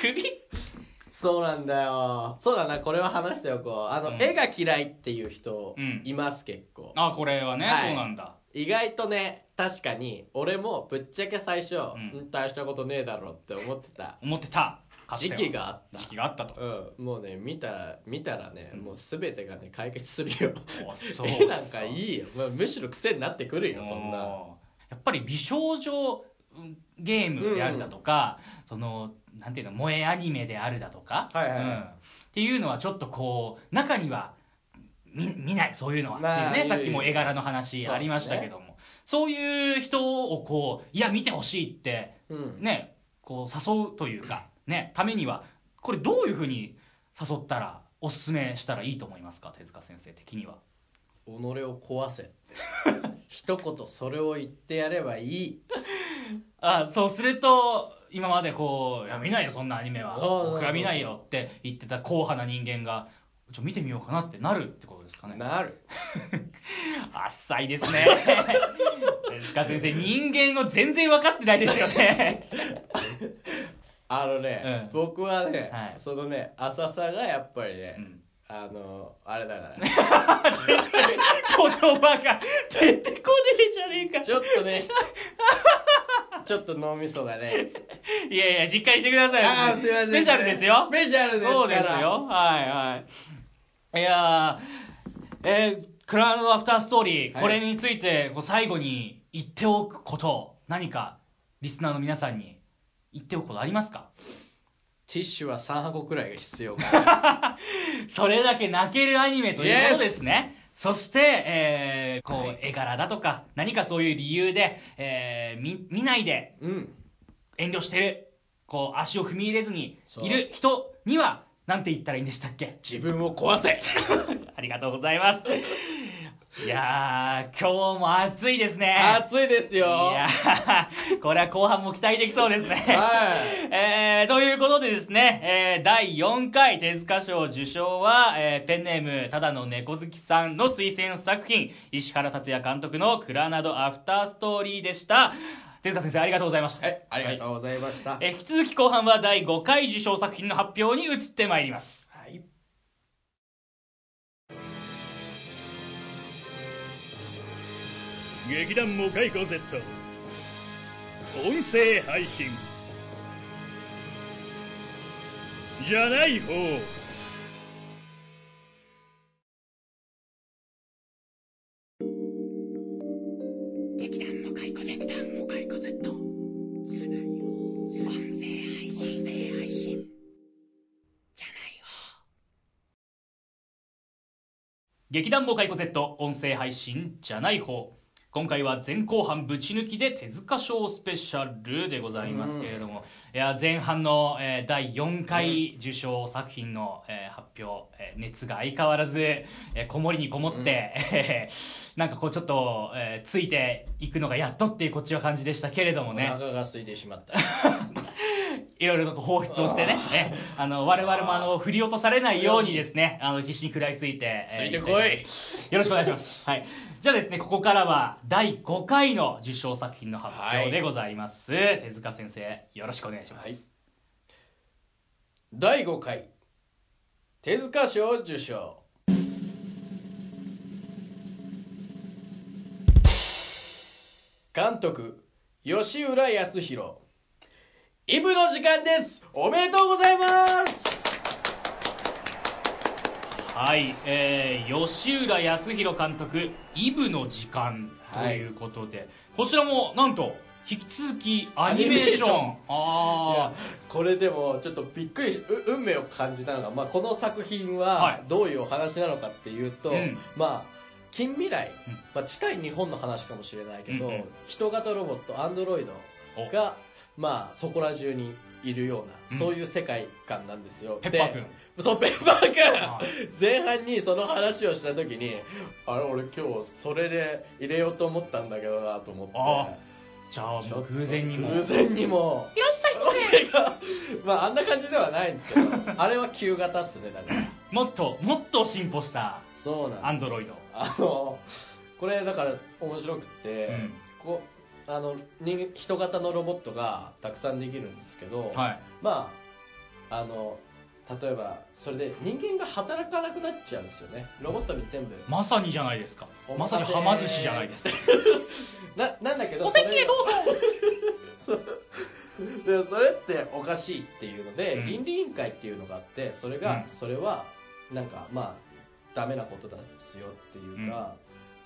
Speaker 1: 首
Speaker 2: そうなんだよそうだなこれは話しておこうあの、
Speaker 1: うん
Speaker 2: 絵が嫌いっていう人
Speaker 1: うん
Speaker 2: います結構
Speaker 1: あこれはね、
Speaker 2: はい
Speaker 1: そうなんだ
Speaker 2: 意外とね確かに俺もぶっちゃけ最初、
Speaker 1: ん
Speaker 2: うん大したことねえだろって思ってた
Speaker 1: 思ってたかつて
Speaker 2: 時
Speaker 1: は
Speaker 2: 期があった
Speaker 1: 時期があった と
Speaker 2: うん、もうね見たら見たらね、
Speaker 1: うん
Speaker 2: もう全てがね解決するよ
Speaker 1: おそう
Speaker 2: 絵なん
Speaker 1: です
Speaker 2: かいいよ、まあ、むしろ癖になってくるよそんな
Speaker 1: おーやっぱり美少女うんゲームであるだとか、そのなんていうの萌えアニメであるだとか、
Speaker 2: はいはいはい
Speaker 1: うんっていうのはちょっとこう中には見見ないそういうのは、
Speaker 2: まあ
Speaker 1: っていうね
Speaker 2: い
Speaker 1: さ
Speaker 2: る
Speaker 1: っきも絵柄の話ありましたけどもそう,、いう人をこういや見てほしいって
Speaker 2: うん
Speaker 1: ねこう誘うというかねためにはこれどういうふうに誘ったらおすすめしたらいいと思いますか手塚先生的には。
Speaker 2: 己を壊せ 一言それを言ってやればいい
Speaker 1: あそうすると今までこう「いや見ないよそんなアニメは
Speaker 2: あそうそう
Speaker 1: 僕が見ないよ」って言ってた硬派な人間が「ちょ見てみようかな」ってなるってことですかね
Speaker 2: なる
Speaker 1: 浅いです ね手塚先生人間を全然分かってないですよ ね
Speaker 2: あのね、僕はね、
Speaker 1: はい
Speaker 2: そのね浅さがやっぱりね、
Speaker 1: うん
Speaker 2: あのあれだから
Speaker 1: 全然言葉が出てこねえじゃねえか
Speaker 2: ちょっとねちょっと脳みそ がね
Speaker 1: いやいやしっかりしてくださいよ
Speaker 2: あーすいません
Speaker 1: スペシャルですよ
Speaker 2: スペシャルですから
Speaker 1: そうですよはいはいいやーえークラウドアフターストーリー、
Speaker 2: はい
Speaker 1: これについてこう最後に言っておくこと何かリスナーの皆さんに言っておくことありますか
Speaker 2: ティッシュは3箱くらいが必要かな
Speaker 1: それだけ泣けるアニメということですねそして、えーこう、
Speaker 2: はい
Speaker 1: 絵柄だとか何かそういう理由で、えー見見ないで
Speaker 2: うん
Speaker 1: 遠慮してるこう足を踏み入れずに
Speaker 2: そう
Speaker 1: いる人には 何て言ったらいいんでしたっけ
Speaker 2: 自分を壊せ
Speaker 1: ありがとうございます。いやー、今日も暑いですね。
Speaker 2: 暑いですよ。
Speaker 1: いやー、 これは後半も期待できそうですね。
Speaker 2: はい。
Speaker 1: えー、ということでですね、えー、第4回手塚賞受賞は、えー、ペンネームただの猫好きさんの推薦作品石原達也監督の「クラナドアフターストーリー」でした手塚先生ありがとうございました、
Speaker 2: はい、ありがとうございました。
Speaker 1: えー引き続き後半は第5回受賞作品の発表に移ってまいります
Speaker 2: はい。
Speaker 3: 劇団モカイコ Z 音声配信じゃない方
Speaker 4: 劇団モカイコ Z 劇団モカイコ Z じゃないよ音声配信音声配信じゃないよ
Speaker 1: 劇団モカイコ Z 音声配信じゃない方今回は前後半ぶち抜きで手塚賞スペシャルでございますけれども、いや前半の、えー第4回受賞作品の、えー発表、えー熱が相変わらず、えーこもりにこもって、なんかこうちょっと、えーついていくのがやっとっていうこっちは感じでしたけれども
Speaker 2: お
Speaker 1: ね
Speaker 2: 腹が空いてしまった。
Speaker 1: いろいろとこう放出をしてね、えあの、我々もあの、振り落とされないようにですね、あの、必死に食らいついて、えー
Speaker 2: ついてこ
Speaker 1: き
Speaker 2: い
Speaker 1: たと思ますよろしくお願いし ます。はい。じゃあですね、ここからは、第5回の受賞作品の発表でございます。手塚先生、よろしくお願いします。
Speaker 2: はい第5回手塚賞受賞監督吉浦康弘イブの時間ですおめでとうございます
Speaker 1: はい、えー、吉浦康弘監督、イブの時間ということで、こちらも、なんと、引き続きアニメーション。
Speaker 2: アニメーションい
Speaker 1: あ
Speaker 2: やこれでもちょっとびっくりしう運命を感じたのが、まあ、この作品は
Speaker 1: は
Speaker 2: どういうお話なのかっていうと、
Speaker 1: うん
Speaker 2: まあ近未来、
Speaker 1: うん
Speaker 2: まあ、近い日本の話かもしれないけど、
Speaker 1: うんうん
Speaker 2: 人型ロボットアンドロイド
Speaker 1: お
Speaker 2: が、まあ、そこら中にいるよう
Speaker 1: うん
Speaker 2: なそういう世界観なんですよ、
Speaker 1: ペ
Speaker 2: で
Speaker 1: ッパーくん
Speaker 2: そうペッパーくん
Speaker 1: あ
Speaker 2: 前半にその話をした時にあれ俺今日それで入れようと思ったんだけどなと思って
Speaker 1: あー、じゃあ、もう偶然にも。
Speaker 2: 偶然にもいらっしゃいませまああんな感じではないんですけどあれは旧型っすねだから
Speaker 1: もっともっと進歩した
Speaker 2: そうなん
Speaker 1: アンドロイド
Speaker 2: あのこれだから面白くて、
Speaker 1: うん
Speaker 2: こうあの人人型のロボットがたくさんできるんですけど、
Speaker 1: はい
Speaker 2: まああの例えばそれで人間が働かなくなっちゃうんですよねロボットに全部
Speaker 1: まさにじゃないですか
Speaker 2: お
Speaker 1: まさ
Speaker 2: 待
Speaker 1: に
Speaker 2: たせ
Speaker 1: はま寿司じゃないですか
Speaker 2: ななんだけどお席へど うぞでもそれっておかしいっていうので、
Speaker 1: うん
Speaker 2: 倫理委員会っていうのがあってそれが、
Speaker 1: うん
Speaker 2: それはなんかまあダメなことなんですよっていうか、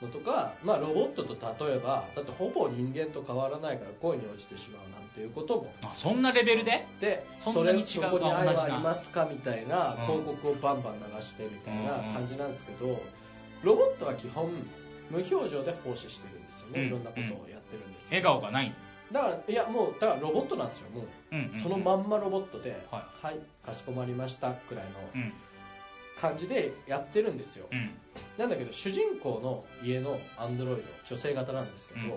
Speaker 2: のとか、まあ、ロボットと例えばだってほぼ人間と変わらないから恋に落ちてしまうなんていうことも
Speaker 1: あそんなレベルで
Speaker 2: で
Speaker 1: そ
Speaker 2: そ
Speaker 1: んな
Speaker 2: れ
Speaker 1: に違う
Speaker 2: そこに愛はありますかみたいな
Speaker 1: うん
Speaker 2: 広告をバンバン流してみたいな感じなんですけど、ロボットは基本無表情で奉仕してるんですよ
Speaker 1: う
Speaker 2: ね、
Speaker 1: ん
Speaker 2: いろんなことをやってるんですよ、
Speaker 1: 笑顔がない
Speaker 2: だからいやもうだからロボットなんですよもう、
Speaker 1: うんうん
Speaker 2: そのまんまロボットで「
Speaker 1: は
Speaker 2: はいかしこまりました」くらいの
Speaker 1: うん
Speaker 2: 感じでやってるんですよ、
Speaker 1: うん
Speaker 2: なんだけど主人公の家のアンドロイド女性型なんですけど、
Speaker 1: うん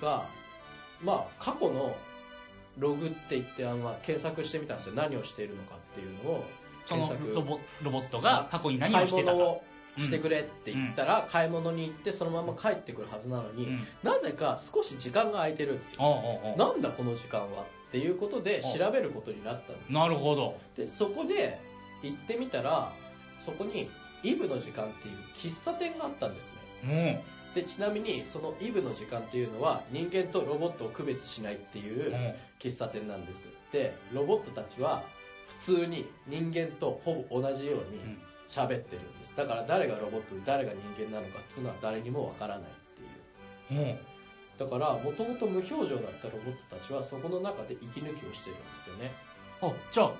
Speaker 2: がまあ過去のログって言ってあのまあ検索してみたんですよ何をしているのかっていうのを
Speaker 1: その
Speaker 2: 検索
Speaker 1: ロボロボットが過去に何
Speaker 2: 買
Speaker 1: を
Speaker 2: い
Speaker 1: してた
Speaker 2: 物
Speaker 1: か
Speaker 2: をしてくれって言ったら、買い物に行ってそのまま帰ってくるはずなのに、
Speaker 1: うん
Speaker 2: なぜか少し時間が空いてるんですよ
Speaker 1: おうおうおう
Speaker 2: なんだこの時間はっていうことで調べることになったんです
Speaker 1: なるほど
Speaker 2: でそこで行ってみたらそこにイブの時間っていう喫茶店があったんですね
Speaker 1: も
Speaker 2: でちなみにそのイブの時間っていうのは人間とロボットを区別しないっていうう
Speaker 1: も
Speaker 2: 喫茶店なんですでロボットたちは普通に人間とほぼ同じように
Speaker 1: ううん
Speaker 2: 喋ってるんですだから誰がロボットで誰が人間なのかっつうのは誰にもわからないっていう
Speaker 1: も
Speaker 2: だからもともと無表情だったロボットたちはそこの中で息抜きをしてるんですよね
Speaker 1: うあじゃあ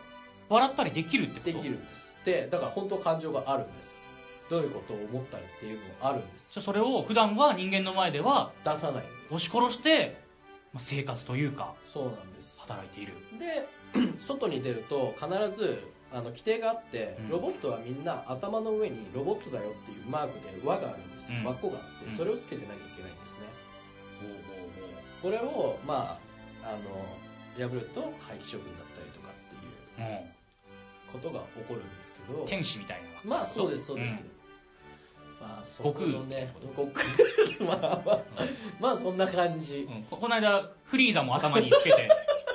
Speaker 1: 笑ったりできるってこと
Speaker 2: できるんですでだから本当感情があるんですどういうことを思ったりっていうのがあるんです
Speaker 1: じゃあそれを普段は人間の前では
Speaker 2: 出さないんです
Speaker 1: 押し殺してまあ生活というか
Speaker 2: そうなんです
Speaker 1: 働いている
Speaker 2: で外に出ると必ずあの規定があって、
Speaker 1: うん
Speaker 2: ロボットはみんな頭の上にロボットだよっていうマークで輪があるんですよ、
Speaker 1: うん
Speaker 2: 輪っこがあって、
Speaker 1: うん
Speaker 2: それをつけてなきゃいけないんですね、これをまああの破ると廃棄処分だったりとかっていう
Speaker 1: も
Speaker 2: ことが起こるんですけど
Speaker 1: う天使みたいな
Speaker 2: まあそうですそうです、
Speaker 1: ん
Speaker 2: まあそこのね悟空 まあまあまあそんな感じ、
Speaker 1: うんここの間フリーザも頭につけて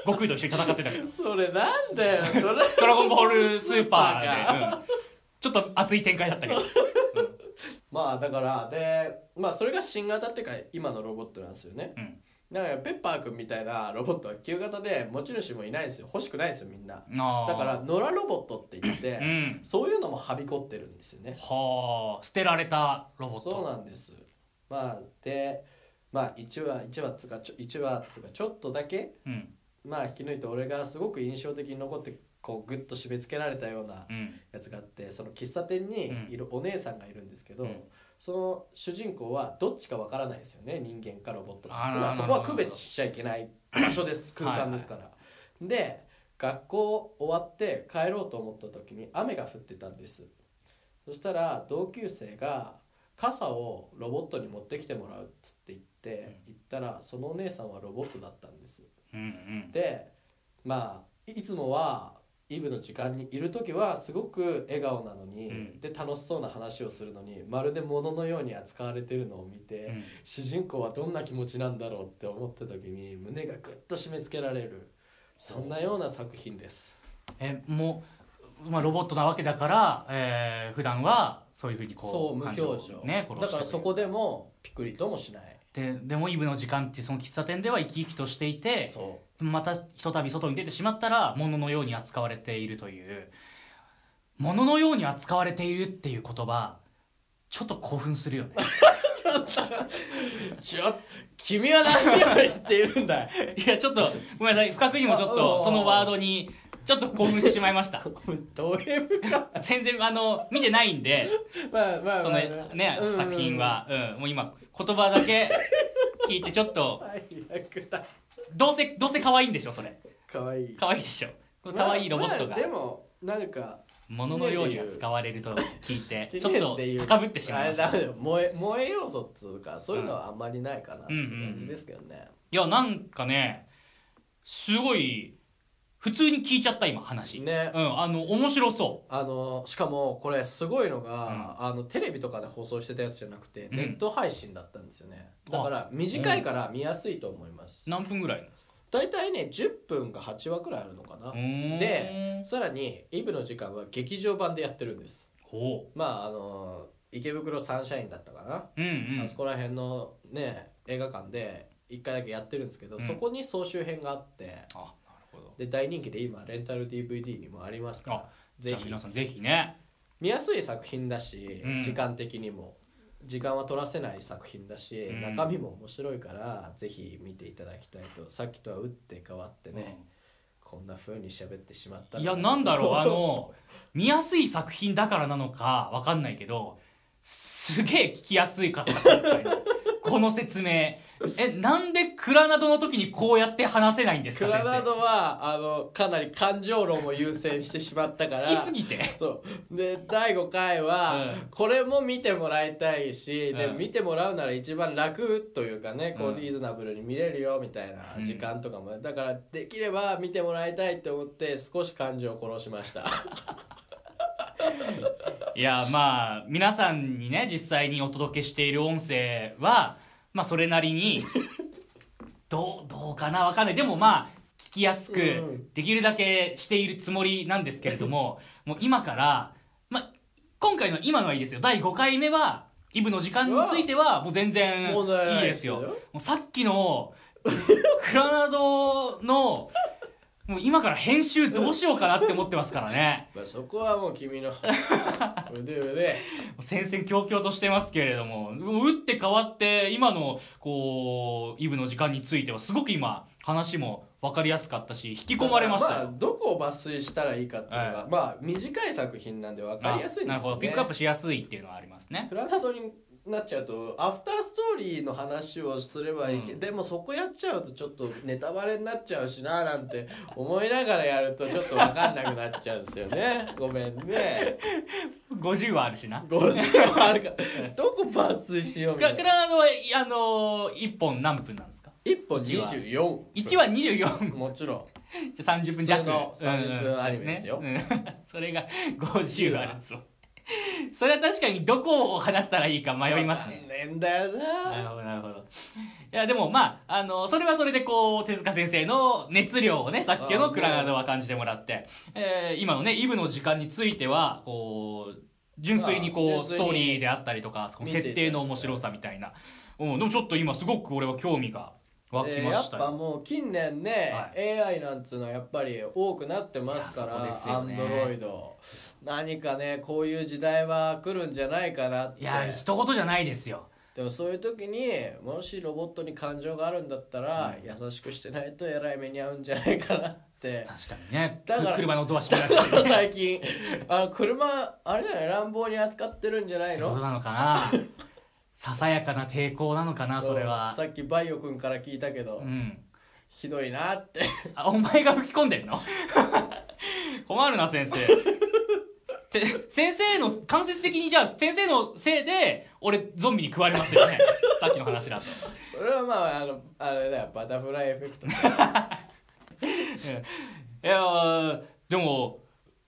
Speaker 1: 悟空と一緒に戦ってたけど
Speaker 2: それなんだ よドラ
Speaker 1: ドラゴンボールスーパ
Speaker 2: スーパー
Speaker 1: ーで、うんちょっと熱い展開だったけど
Speaker 2: まあだからでまあそれが新型ってか今のロボットなんですよね、
Speaker 1: うん
Speaker 2: だからペッパーくんみたいなロボットは旧型で持ち主もいないんですよ欲しくないんですよみんな
Speaker 1: あー
Speaker 2: だから野良ロボットって言っ
Speaker 1: う
Speaker 2: て、
Speaker 1: ん
Speaker 2: そういうのもはびこってるんですよね
Speaker 1: はあ捨てられたロボット
Speaker 2: そうなんですまあでまあ1話1話っつうかちょ1話っつうかちょっとだけ
Speaker 1: うん
Speaker 2: まあ引き抜いて俺がすごく印象的に残ってこうグッと締め付けられたような
Speaker 1: うん
Speaker 2: やつがあってその喫茶店にいるお姉さんがいるんですけど、
Speaker 1: うん
Speaker 2: その主人公はどっちかわからないですよね人間かロボット
Speaker 1: あ
Speaker 2: か
Speaker 1: ー
Speaker 2: つまりそこは
Speaker 1: なる
Speaker 2: 区
Speaker 1: ほど
Speaker 2: 別しちゃいけない場所です空間ですから。で学校終わって帰ろうと思った時に雨が降ってたんですそしたら同級生が傘をロボットに持ってきてもらうっつって言って行ったらそのお姉さんはロボットだったんです
Speaker 1: うんうん
Speaker 2: でまあいつもはイブの時間にいる時はすごく笑顔なのに、
Speaker 1: うん
Speaker 2: で楽しそうな話をするのにまるで物のように扱われてるのを見て、
Speaker 1: うん
Speaker 2: 主人公はどんな気持ちなんだろうって思った時に胸がぐっと締め付けられるそんなような作品です。
Speaker 1: えもう、まあ、ロボットなわけだから、えー、普段はそういうふうに
Speaker 2: そ
Speaker 1: こう
Speaker 2: う無表
Speaker 1: 感情
Speaker 2: 情、
Speaker 1: をね殺して
Speaker 2: だからそこでもピクリともしない。
Speaker 1: ででもイブの時間ってその喫茶店では生き生きとしていて
Speaker 2: そ
Speaker 1: またひとたび外に出てしまったら物のように扱われているという物のように扱われているっていう言葉ちょっと興奮するよね
Speaker 2: うちょ君は何を言っているんだい
Speaker 1: いやちょっとごめんなさい不覚にもちょっ
Speaker 2: あうん
Speaker 1: とそのワードにちょっと興奮してしまいました
Speaker 2: どういうか
Speaker 1: 全然あの見てないんで
Speaker 2: まあまあ
Speaker 1: そ
Speaker 2: ま
Speaker 1: の
Speaker 2: あ、
Speaker 1: ね
Speaker 2: うん
Speaker 1: 作品は、うん、もう今言葉だけ聞いてちょっと
Speaker 2: 最悪だ
Speaker 1: どうせどうせ可愛いんでしょそれ
Speaker 2: かわいい
Speaker 1: 可愛いでしょこの可愛いロボットが
Speaker 2: まあまあでもなんか
Speaker 1: 物のように扱われると聞い て
Speaker 2: 期
Speaker 1: ちょっ
Speaker 2: 限
Speaker 1: と
Speaker 2: でいう
Speaker 1: 高ぶってしまいまし
Speaker 2: あ
Speaker 1: た
Speaker 2: れ
Speaker 1: い
Speaker 2: だよ燃え燃え要素っつうかそういうのはあんまりないかなって
Speaker 1: うん
Speaker 2: 感じですけどね、
Speaker 1: やなんかねすごい普通に聞いちゃった今話
Speaker 2: ね
Speaker 1: うんあの面白そ
Speaker 2: あのしかもこれすごいのが、あのテレビとかで放送してたやつじゃなくて
Speaker 1: うん
Speaker 2: ネット配信だったんですよね、だから短いから見やすいと思います、
Speaker 1: う何分ぐらいなんですか
Speaker 2: 大体ね10分か8話くらいあるのかな、
Speaker 1: うーん
Speaker 2: でさらにイブの時間は劇場版でやってるんです
Speaker 1: ほ
Speaker 2: まああの池袋サンシャインだったかな
Speaker 1: ううんう
Speaker 2: あ
Speaker 1: ん
Speaker 2: そこら辺のね映画館で1回だけやってるんですけど、
Speaker 1: うん
Speaker 2: そこに総集編があって
Speaker 1: あなるほど
Speaker 2: で大人気で今レンタル DVD にもありますか
Speaker 1: あ
Speaker 2: ら
Speaker 1: じ
Speaker 2: ぜ
Speaker 1: ゃあ
Speaker 2: ひ
Speaker 1: 皆さんぜひね
Speaker 2: 見やすい作品だし、
Speaker 1: うん
Speaker 2: 時間的にも時間は取らせない作品だし、
Speaker 1: うん
Speaker 2: 中身も面白いからぜひ見ていただきたいとさっきとは打って変わってね、こんな風に喋ってしまった
Speaker 1: うん
Speaker 2: の
Speaker 1: い
Speaker 2: に
Speaker 1: やなんだろうあの見やすい作品だからなのかわかんないけどすげえ聞きやすいかった今回 のこの説明えなんでクラナドの時にこうやって話せないんです
Speaker 2: ク
Speaker 1: か
Speaker 2: ラナ
Speaker 1: 先生
Speaker 2: ドはあのかなり感情論を優先してしまったから
Speaker 1: 好きすぎて
Speaker 2: そうで第5回は、
Speaker 1: うん
Speaker 2: これも見てもらいたいし、で
Speaker 1: うん
Speaker 2: 見てもらうなら一番楽というかねこ
Speaker 1: うん
Speaker 2: うリーズナブルに見れるよみたいな
Speaker 1: うん
Speaker 2: 時間とかも、だからできれば見てもらいたいと思って少し感情を殺しま した
Speaker 1: いやまあ皆さんにね実際にお届けしている音声はまあそれなりにどうどうかなわかんないでもまあ聞きやす
Speaker 2: う
Speaker 1: く
Speaker 2: ん
Speaker 1: できるだけしているつもりなんですけれども、もう今から、まあ、今回の今のはいいですよ第5回目はイブの時間についてはもう全然
Speaker 2: 問題
Speaker 1: い
Speaker 2: ないい
Speaker 1: で
Speaker 2: ですすよ
Speaker 1: よもうさっきのクラナドのもう今から編集どうしようかなって思ってますからね。
Speaker 2: まあそこはもう 君の腕腕
Speaker 1: 戦々恐々としてますけれども、もう打って変わって、今の、こう、イブの時間については、すごく今、話も分かりやすかったし、引き込まれまし
Speaker 2: だ
Speaker 1: た
Speaker 2: から
Speaker 1: よ
Speaker 2: あ。どこを抜粋したらいいかっていうのが、まあ短い作品なんで分かりやすいんですよね
Speaker 1: あなるほど、ピックアップしやすいっていうのはありますね。
Speaker 2: フランス語になっちゃうとアフターストーリーの話をすればいいけど、
Speaker 1: うん
Speaker 2: でもそこやっちゃうとちょっとネタバレになっちゃうしななん て思いながらやるとちょっと分かんなくなっちゃうんですよ ねごめんね
Speaker 1: 50はあるしな
Speaker 2: 50はあ るからどこ抜粋しようみた
Speaker 1: グ
Speaker 2: いな
Speaker 1: ラナドはあの1本何分なんですか
Speaker 2: 1本24
Speaker 1: 1は24
Speaker 2: もちろん
Speaker 1: じゃあ30分弱
Speaker 2: 普通の30分
Speaker 1: うんうん
Speaker 2: アニメですよ
Speaker 1: ねうんそれが50あるんですよそれは確かにどこを話したらいいか迷いますね
Speaker 2: 残念だ よ
Speaker 1: なる
Speaker 2: な
Speaker 1: ほどなるほどいやでもまああのそれはそれでこう手塚先生の熱量をねさっきのクラナドは感じてもらって、えー今のねイブの時間についてはこう純粋にこ
Speaker 2: あ純
Speaker 1: う
Speaker 2: 粋
Speaker 1: ス
Speaker 2: に
Speaker 1: トーリーであったりとかその
Speaker 2: 見ていた
Speaker 1: 設定の面白さみたいな、うん、でもちょっと今すごく俺は興味が湧き
Speaker 2: えー
Speaker 1: ま
Speaker 2: や
Speaker 1: し
Speaker 2: った
Speaker 1: よ
Speaker 2: ぱもう近年ね、
Speaker 1: は
Speaker 2: AI なんつうのはやっぱり多くなってますか
Speaker 1: いやそう
Speaker 2: ら
Speaker 1: です
Speaker 2: ア
Speaker 1: よ
Speaker 2: ン
Speaker 1: ね
Speaker 2: ドロイド何かねこういう時代は来るんじゃないかなって
Speaker 1: いや一言じゃないですよ
Speaker 2: でもそういう時にもしロボットに感情があるんだったら、優しくしてないとえらい目に遭うんじゃないかな って
Speaker 1: 確かにね
Speaker 2: だから
Speaker 1: く車のドア閉め
Speaker 2: だ
Speaker 1: られて
Speaker 2: か
Speaker 1: る
Speaker 2: ら最近あの車あれだよね乱暴に扱ってるんじゃない
Speaker 1: ってこ
Speaker 2: の
Speaker 1: となのかなささやかな抵抗なのかなそれ
Speaker 2: う
Speaker 1: は
Speaker 2: んさっきバイオ君から聞いたけど、
Speaker 1: うん
Speaker 2: ひどいなって
Speaker 1: あお前が吹き込んでんの 困るな先生て先生の間接的にじゃあ先生のせいで俺ゾンビに食われますよ ねさっきの話だと、
Speaker 2: それはまああのあれだよバタフライエフェクト
Speaker 1: いやーでも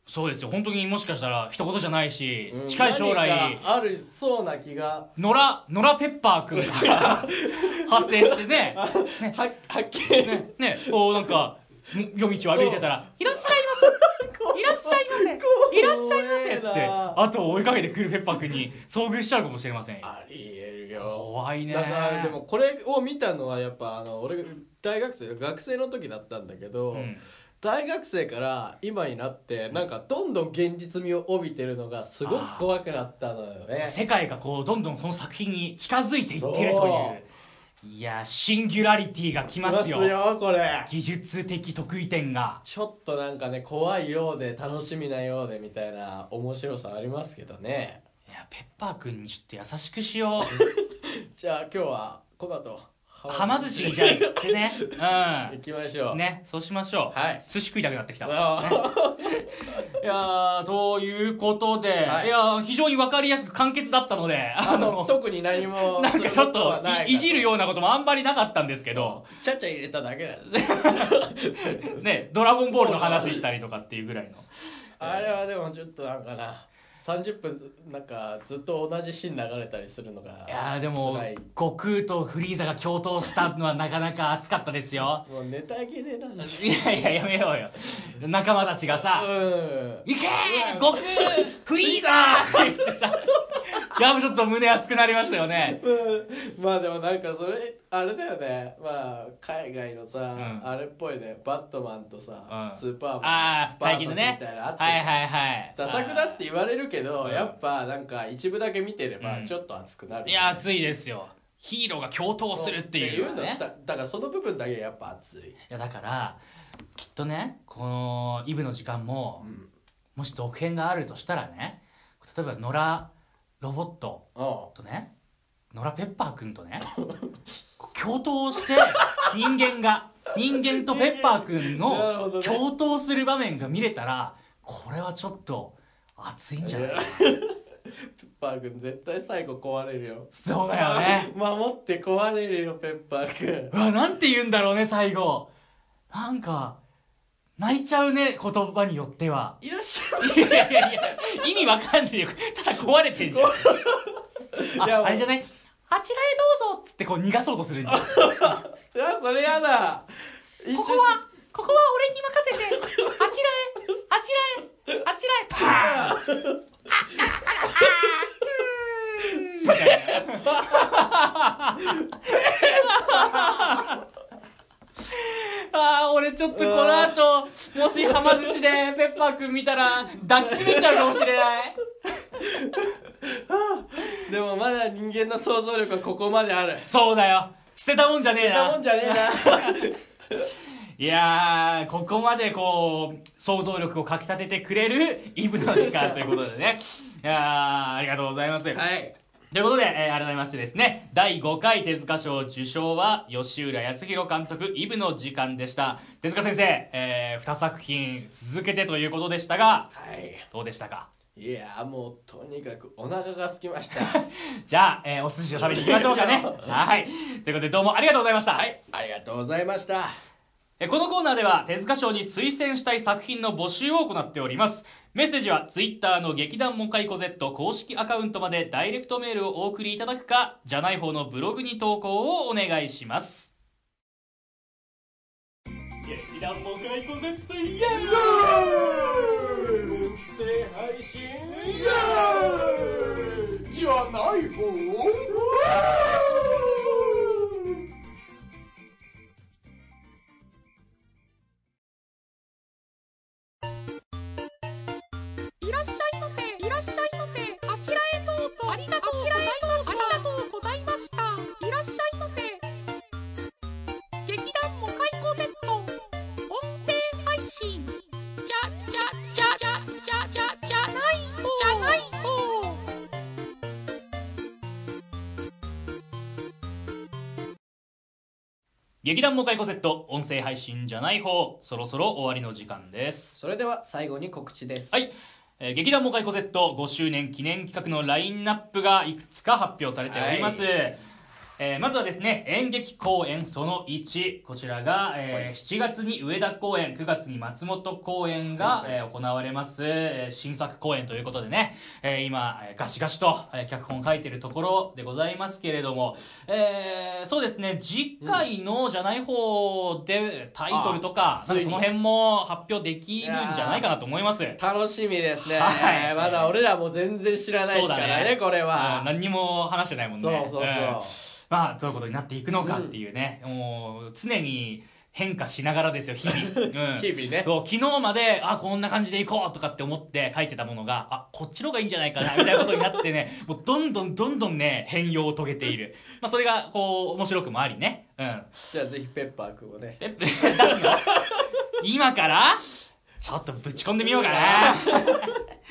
Speaker 1: そうですよ本当にもしかしたら一言じゃないし、
Speaker 2: うん
Speaker 1: 近い将来
Speaker 2: 何かあるそうな気が
Speaker 1: 野良野良ペッパーくん が発生してねね
Speaker 2: は発見、
Speaker 1: ねねこうなんかん夜道を歩いてたら「いらっしゃいませいらっしゃいませいらっしゃいませ」
Speaker 2: 怖
Speaker 1: って
Speaker 2: えな
Speaker 1: 後を追いかけてくるペッパーくんに遭遇しちゃうかもしれませんよ
Speaker 2: ありえるよ
Speaker 1: 怖いね
Speaker 2: だからでもこれを見たのはやっぱあの俺大学生学生の時だったんだけど、
Speaker 1: うん
Speaker 2: 大学生から今になってなんかどんどん現実味を帯びてるのがすごく怖くなったのよね
Speaker 1: 世界がこうどんどんこの作品に近づいていってるといういやシンギュラリティが来ますよ
Speaker 2: いよこれ
Speaker 1: 技術的得意点が
Speaker 2: ちょっとなんかね怖いようで楽しみなようでみたいな面白さありますけどね
Speaker 1: いやペッパーくんにちょっと優しくしよう
Speaker 2: じゃあ今日はこの後
Speaker 1: はま寿司にじゃあ行ってね
Speaker 2: 行きまし
Speaker 1: う
Speaker 2: ょうん
Speaker 1: ねそうしましょう、
Speaker 2: はい
Speaker 1: 寿司食いたくなってきた
Speaker 2: あ
Speaker 1: いやー、ということで、
Speaker 2: はい
Speaker 1: い、やー非常に分かりやすく簡潔だったので、
Speaker 2: あ
Speaker 1: あ
Speaker 2: の
Speaker 1: の、
Speaker 2: 特に何も
Speaker 1: なんかちょっ
Speaker 2: そういうことはない
Speaker 1: いいじるようなこともあんまりなかったんですけど、
Speaker 2: ちゃちゃ入れただけだよ
Speaker 1: ね、ドラゴンボールの話したりとかっていうぐらいの。
Speaker 2: あれはでもちょっとなんかな30分ずなんかずっと同じシーン流れたりするのが
Speaker 1: いやー、でも
Speaker 2: 辛い、
Speaker 1: 悟空とフリーザが共闘したのはなかなか熱かったですよ。
Speaker 2: もうネタ切れなんだし
Speaker 1: いやいや、やめようよ。仲間たちが
Speaker 2: う
Speaker 1: さ、
Speaker 2: ん
Speaker 1: いけー悟空フリーザーって言ってさ、いや、ちょっと胸熱くなりますよね。
Speaker 2: うんまあでもなんかそれあれだよねまあ海外のさ、
Speaker 1: ん
Speaker 2: あれっぽいねバットマンとさ、
Speaker 1: うん
Speaker 2: スーパーマン
Speaker 1: あー、最近のね。
Speaker 2: バーサスみたいなのあって、
Speaker 1: はいはいはい。
Speaker 2: ダサくだって言われるけど、
Speaker 1: うん
Speaker 2: やっぱなんか一部だけ見てれば
Speaker 1: うん
Speaker 2: ちょっと熱くなる、
Speaker 1: いや熱いですよヒーローが共闘するっていう
Speaker 2: っ
Speaker 1: の
Speaker 2: て
Speaker 1: はね
Speaker 2: のだだからその部分だけやっぱ熱い、
Speaker 1: いやだからきっとねこのイブの時間も、
Speaker 2: ん
Speaker 1: もし続編があるとしたらね例えば野良ロボット
Speaker 2: う
Speaker 1: と
Speaker 2: ん
Speaker 1: ね野良ペッパーくんとねこう共闘して人間が人間とペッパーくん
Speaker 2: なるほど
Speaker 1: の
Speaker 2: ね
Speaker 1: 共闘する場面が見れたらこれはちょっと熱いんじゃない
Speaker 2: いやペッパーくん絶対最後壊れるよ
Speaker 1: そうだよね
Speaker 2: 守って壊れるよペッパーくん
Speaker 1: うわ、なんて言うんだろうね、最後。なんか、泣いちゃうね、言葉によっては。
Speaker 2: いらっしゃ い
Speaker 1: いやいやいや、意味わかんねえよ。ただ壊れてんじゃん。
Speaker 2: いやも
Speaker 1: あ
Speaker 2: う
Speaker 1: あれじゃないあちらへどうぞっつってこう逃がそうとするんじゃん。こ
Speaker 2: あそれやだ一
Speaker 1: こは、ここは俺に任せて。あちらへ、あちらへ、あちらへ、パーンみたいなあー俺ちょっとこの後もしはま寿司でペッパーくん見たら抱きしめちゃうかもしれない
Speaker 2: でもまだ人間の想像力はここまである
Speaker 1: そうだよ捨てたもんじゃねえ
Speaker 2: そんなもん
Speaker 1: な
Speaker 2: じゃねえ
Speaker 1: いやーここまでこう想像力をかき たててくれるイブの時間ということでねいやーありがとうございます、
Speaker 2: なはい
Speaker 1: ということで、えー改めましてですね、第5回手塚賞受賞は、吉浦康弘監督、イブの時間でした。手塚先生、え2作品続けてということでしたが、
Speaker 2: はい
Speaker 1: どうでしたか
Speaker 2: いやーもうとにかくお腹が空きました
Speaker 1: じゃあ、えーお寿司を食べに行きましょうかね。はい。ということで、どうもありがとうございました。
Speaker 2: はいありがとうございました
Speaker 1: えーこのコーナーでは手塚賞に推薦したい作品の募集を行っておりますメッセージは Twitter の劇団モカイコ Z 公式アカウントまでダイレクトメールをお送りいただくかじゃない方のブログに投稿をお願いします劇団モカイコ Z イエ
Speaker 2: 配信
Speaker 5: じゃない方
Speaker 6: いらっしゃいませ。いらっしゃいませ。あちらへどうぞ。ありがとうございました。ありがとうございました。いらっしゃいませ。劇団モカイコ Z 音声配信。じゃじゃじゃじゃじゃじゃじゃない方。じゃない方。
Speaker 1: 劇団モカイコ Z 音声配信じゃない方そろそろ終わりの時間です
Speaker 2: それでは最後に告知です
Speaker 1: はい、えー劇団モカイコ Z5 周年記念企画のラインナップがいくつか発表されております、
Speaker 2: は
Speaker 1: えーまずはですね演劇公演その1こちらが、えー
Speaker 2: はい
Speaker 1: 7月に上田公演9月に松本公演が、
Speaker 2: はい
Speaker 1: えー行われます、えー新作公演ということでね、えー今えーガシガシと、えー脚本書いてるところでございますけれども、えーそうですね次回のじゃない方でタイトルとか,、
Speaker 2: あ
Speaker 1: なんかその辺も発表できるんじゃないかなと思います
Speaker 2: 楽しみですね、
Speaker 1: はい
Speaker 2: まだ俺らも全然知らないですから
Speaker 1: そう
Speaker 2: ね
Speaker 1: だね
Speaker 2: これ
Speaker 1: うん
Speaker 2: は
Speaker 1: 何にも話してないもんね
Speaker 2: そうそうそう、
Speaker 1: んまあどういうことになっていくのかっていうね、もう常に変化しながらですよ日 々、うん、
Speaker 2: 日々ね
Speaker 1: そう昨日まであこんな感じでいこうとかって思って書いてたものがあこっちの方がいいんじゃないかなみたいなことになって ねもうどんどんどんどんね変容を遂げている、まあ、それがこう面白くもありねうん
Speaker 2: じゃあぜひペッパーくんをね
Speaker 1: え出すの今からちょっとぶち込んでみようかな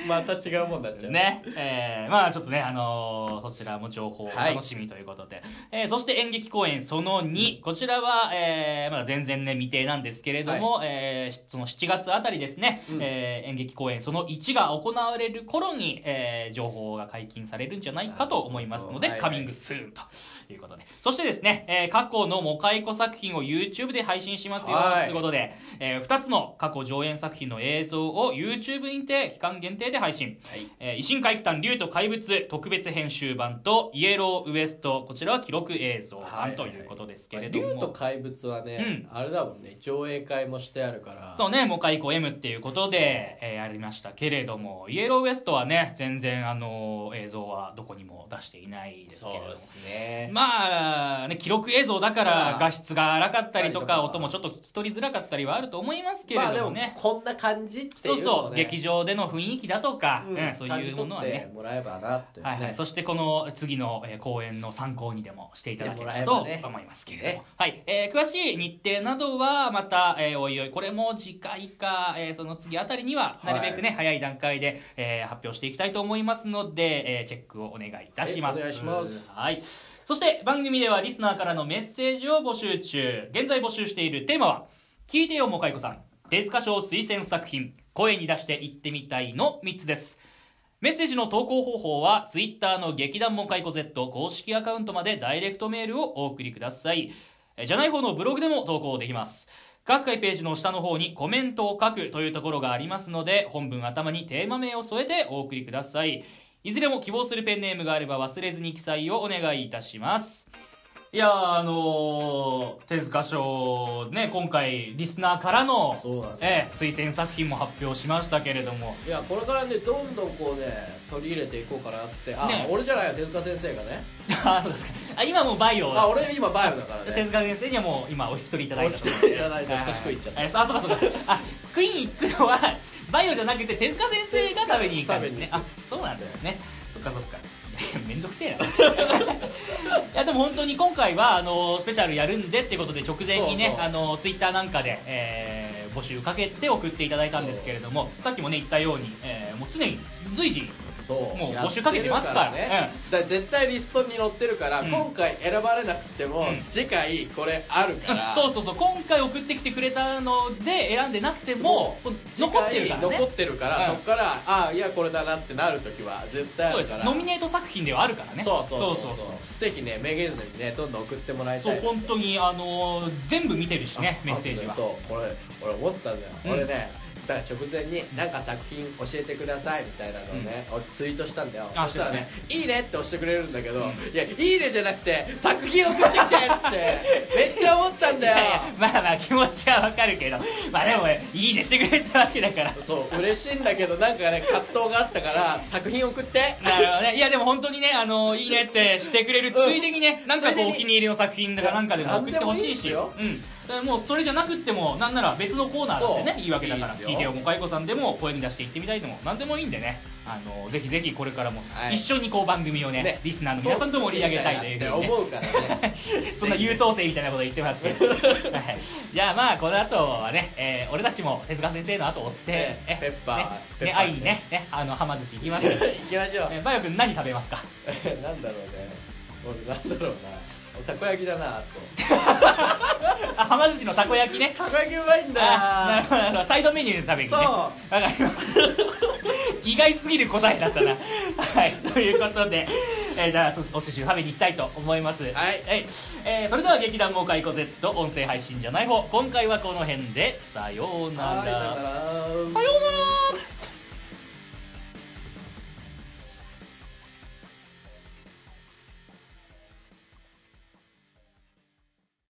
Speaker 2: また違うもんだっちゃう
Speaker 1: ね、えー、まあちょっとね、あのーそちらも情報をお楽しみということで、えーそして演劇公演その2、こちらは、えーまだ全然ね、未定なんですけれども、えーその7月あたりですね、
Speaker 2: うん
Speaker 1: えー演劇公演その1が行われる頃に、えー情報が解禁されるんじゃないかと思いますので、
Speaker 2: なる
Speaker 1: カ
Speaker 2: ほどはい
Speaker 1: ミングスーンということで、そしてですね、えー過去のモカイコ作品を YouTube で配信しますよ、
Speaker 2: はい
Speaker 1: ということで、え2つの過去上演作品の映像を YouTube にて期間限定で配信。
Speaker 2: はい
Speaker 1: えー維新怪奇譚竜と怪物特別編集版とイエローウエストこちらは記録映像
Speaker 2: は
Speaker 1: 版
Speaker 2: い
Speaker 1: ということですけれど
Speaker 2: 竜
Speaker 1: も、
Speaker 2: と怪物はね、あれだもんね上映会もしてあるから
Speaker 1: そうね、もう一個 M っていうことで、えーやりましたけれども、イエローウエストはね、全然あのー映像はどこにも出していないですけれども。
Speaker 2: ね
Speaker 1: まあ、ね、記録映像だか
Speaker 2: ま
Speaker 1: ら
Speaker 2: あ
Speaker 1: 画質が荒かったりとか、
Speaker 2: はい
Speaker 1: 音もちょっと聞き取りづらかったりはあると思いますけ
Speaker 2: まあ
Speaker 1: れ
Speaker 2: で
Speaker 1: ど
Speaker 2: も
Speaker 1: もね。
Speaker 2: こんな感じって
Speaker 1: そう
Speaker 2: いうの
Speaker 1: そ
Speaker 2: を
Speaker 1: う、
Speaker 2: ね
Speaker 1: 劇場での雰囲気だとか、うんそういうものは
Speaker 2: 感じ取
Speaker 1: ね
Speaker 2: って。もらえばなっていうね
Speaker 1: はいはい、そしてこの次のえー公演の参考にでもしていただければと
Speaker 2: してもらえばね
Speaker 1: 思いますけれども、
Speaker 2: ね
Speaker 1: はいえー詳しい日程などはまた、えーおいおいこれも次回か、えーその次あたりにはなるべくね、早い段階で、えー発表していきたいと思いますので、えーチェックをお願いいたします。
Speaker 2: はいお願いします
Speaker 1: はいそして番組ではリスナーからのメッセージを募集中現在募集しているテーマは「聞いてよもかいこさん手塚賞推薦作品声に出して言ってみたい」の3つですメッセージの投稿方法は、ツイッターの劇団もかいこ Z 公式アカウントまでダイレクトメールをお送りください。えじゃない方のブログでも投稿できます。各回ページの下の方にコメントを書くというところがありますので、本文頭にテーマ名を添えてお送りください。いずれも希望するペンネームがあれば忘れずに記載をお願いいたします。いやー、あのー、手塚賞、ね、今回、リスナーからの
Speaker 2: そうなんです、
Speaker 1: ええ推薦作品も発表しましたけれども、
Speaker 2: いやこれからねどんどんこうね取り入れていこうかなってあ、
Speaker 1: ね
Speaker 2: 俺じゃないよ手塚先生がね
Speaker 1: あ、そうですか。あ、今もうバイオ。
Speaker 2: あ俺今バイオだから
Speaker 1: 手
Speaker 2: ね
Speaker 1: 塚先生にはもう今お引き取りいただいたと
Speaker 2: お引き取りいただいて
Speaker 1: はは
Speaker 2: 寿司食い行っちゃった
Speaker 1: えそうあそうかそうかあ食いに行くのはバイオじゃなくて手塚先生が食べに行くんですねあ
Speaker 2: 食べに行く
Speaker 1: そうなんですねそっかそっかいやめんどくせえな いやでも本当に今回はあのスペシャルやるんでってことで直前にね
Speaker 2: そうそう
Speaker 1: あのツイッターなんかで、えーえー募集かけて送っていただいたんですけれどもさっきもね言ったように、えーもう常に随時
Speaker 2: そう
Speaker 1: もう
Speaker 2: やって
Speaker 1: 募集かけてますから
Speaker 2: るね、だから絶対リストに載ってるから、
Speaker 1: うん
Speaker 2: 今回選ばれなくても、
Speaker 1: うん
Speaker 2: 次回これあるから、
Speaker 1: そうそうそう今回送ってきてくれたので選んでなくてもこう
Speaker 2: 次
Speaker 1: 残っ
Speaker 2: 回
Speaker 1: てるから
Speaker 2: 残
Speaker 1: ね
Speaker 2: ってるから
Speaker 1: うん
Speaker 2: そっからああいやこれだなってなる時は絶対あ
Speaker 1: そう
Speaker 2: る
Speaker 1: で
Speaker 2: から
Speaker 1: すノミネート作品ではあるからね
Speaker 2: そうそうそうそう
Speaker 1: そう
Speaker 2: ぜひねめげずにねどんどん送ってもらいた
Speaker 1: そう
Speaker 2: い
Speaker 1: 本当にあのー全部見てるしね
Speaker 2: あ
Speaker 1: メッセージは
Speaker 2: そうこれ俺思ったんだよ、
Speaker 1: うん
Speaker 2: 俺ねだから直前になんか作品教えてくださいみたいなのをね、俺ツイートしたんだよ
Speaker 1: あ
Speaker 2: そしたらね「いいね」って押してくれるんだけど、
Speaker 1: うん
Speaker 2: いや「いいね」じゃなくて作品送ってきてって めっちゃ思ったん
Speaker 1: い
Speaker 2: だよ
Speaker 1: やいやまあまあ気持ちはわかるけどまあでもいいねしてくれたわけだから
Speaker 2: そう嬉しいんだけどなんかね葛藤があったから作品送って
Speaker 1: なるほどねいやでも本当にねあのーいいねってしてくれる、
Speaker 2: うん
Speaker 1: ついでにねなんか
Speaker 2: ついで
Speaker 1: こうお
Speaker 2: に
Speaker 1: 気に入りの作品だかなんかでも送ってほしいし
Speaker 2: いやなんで
Speaker 1: うんだからもうそれじゃなくってもなんなら別のコーナーなんで
Speaker 2: そ
Speaker 1: ね
Speaker 2: う
Speaker 1: いいわけだか
Speaker 2: い
Speaker 1: ら
Speaker 2: いですよ
Speaker 1: 聞いてよもかいこさんでも声に出して言ってみたいでも何でもいいんでねあのーぜひぜひこれからも
Speaker 2: はい
Speaker 1: 一緒にこう番組をね,、
Speaker 2: ね
Speaker 1: リスナーの皆さんと盛り上げたいというふうにね
Speaker 2: 思うから ね
Speaker 1: そんな優等生みたいなこと言ってますけど、はい、じゃあまあこの後はね、えー俺たちも手塚先生の後を追って、
Speaker 2: ね
Speaker 1: え
Speaker 2: ペッパー
Speaker 1: ね
Speaker 2: ペッ
Speaker 1: ね
Speaker 2: パー
Speaker 1: 会いにねねあのはま寿司行きますけど
Speaker 2: 行きましょう
Speaker 1: えーバイオ君何食べますか
Speaker 2: なんだろうね俺なんだろうなたこ焼きだなあそこ
Speaker 1: あはま寿司のたこ焼きね
Speaker 2: たこ焼きうまいんだよ
Speaker 1: あーなるほどなるほどサイドメニューで食べにね
Speaker 2: そう
Speaker 1: わかりました意外すぎる答えだったなはいということで、えーじゃあそお寿司を食べに行きたいと思いますはいえーそれでは劇団モーカイコ Z 音声配信じゃない方今回はこの辺でさような
Speaker 2: は
Speaker 1: ら
Speaker 2: いさよなら
Speaker 1: さようなら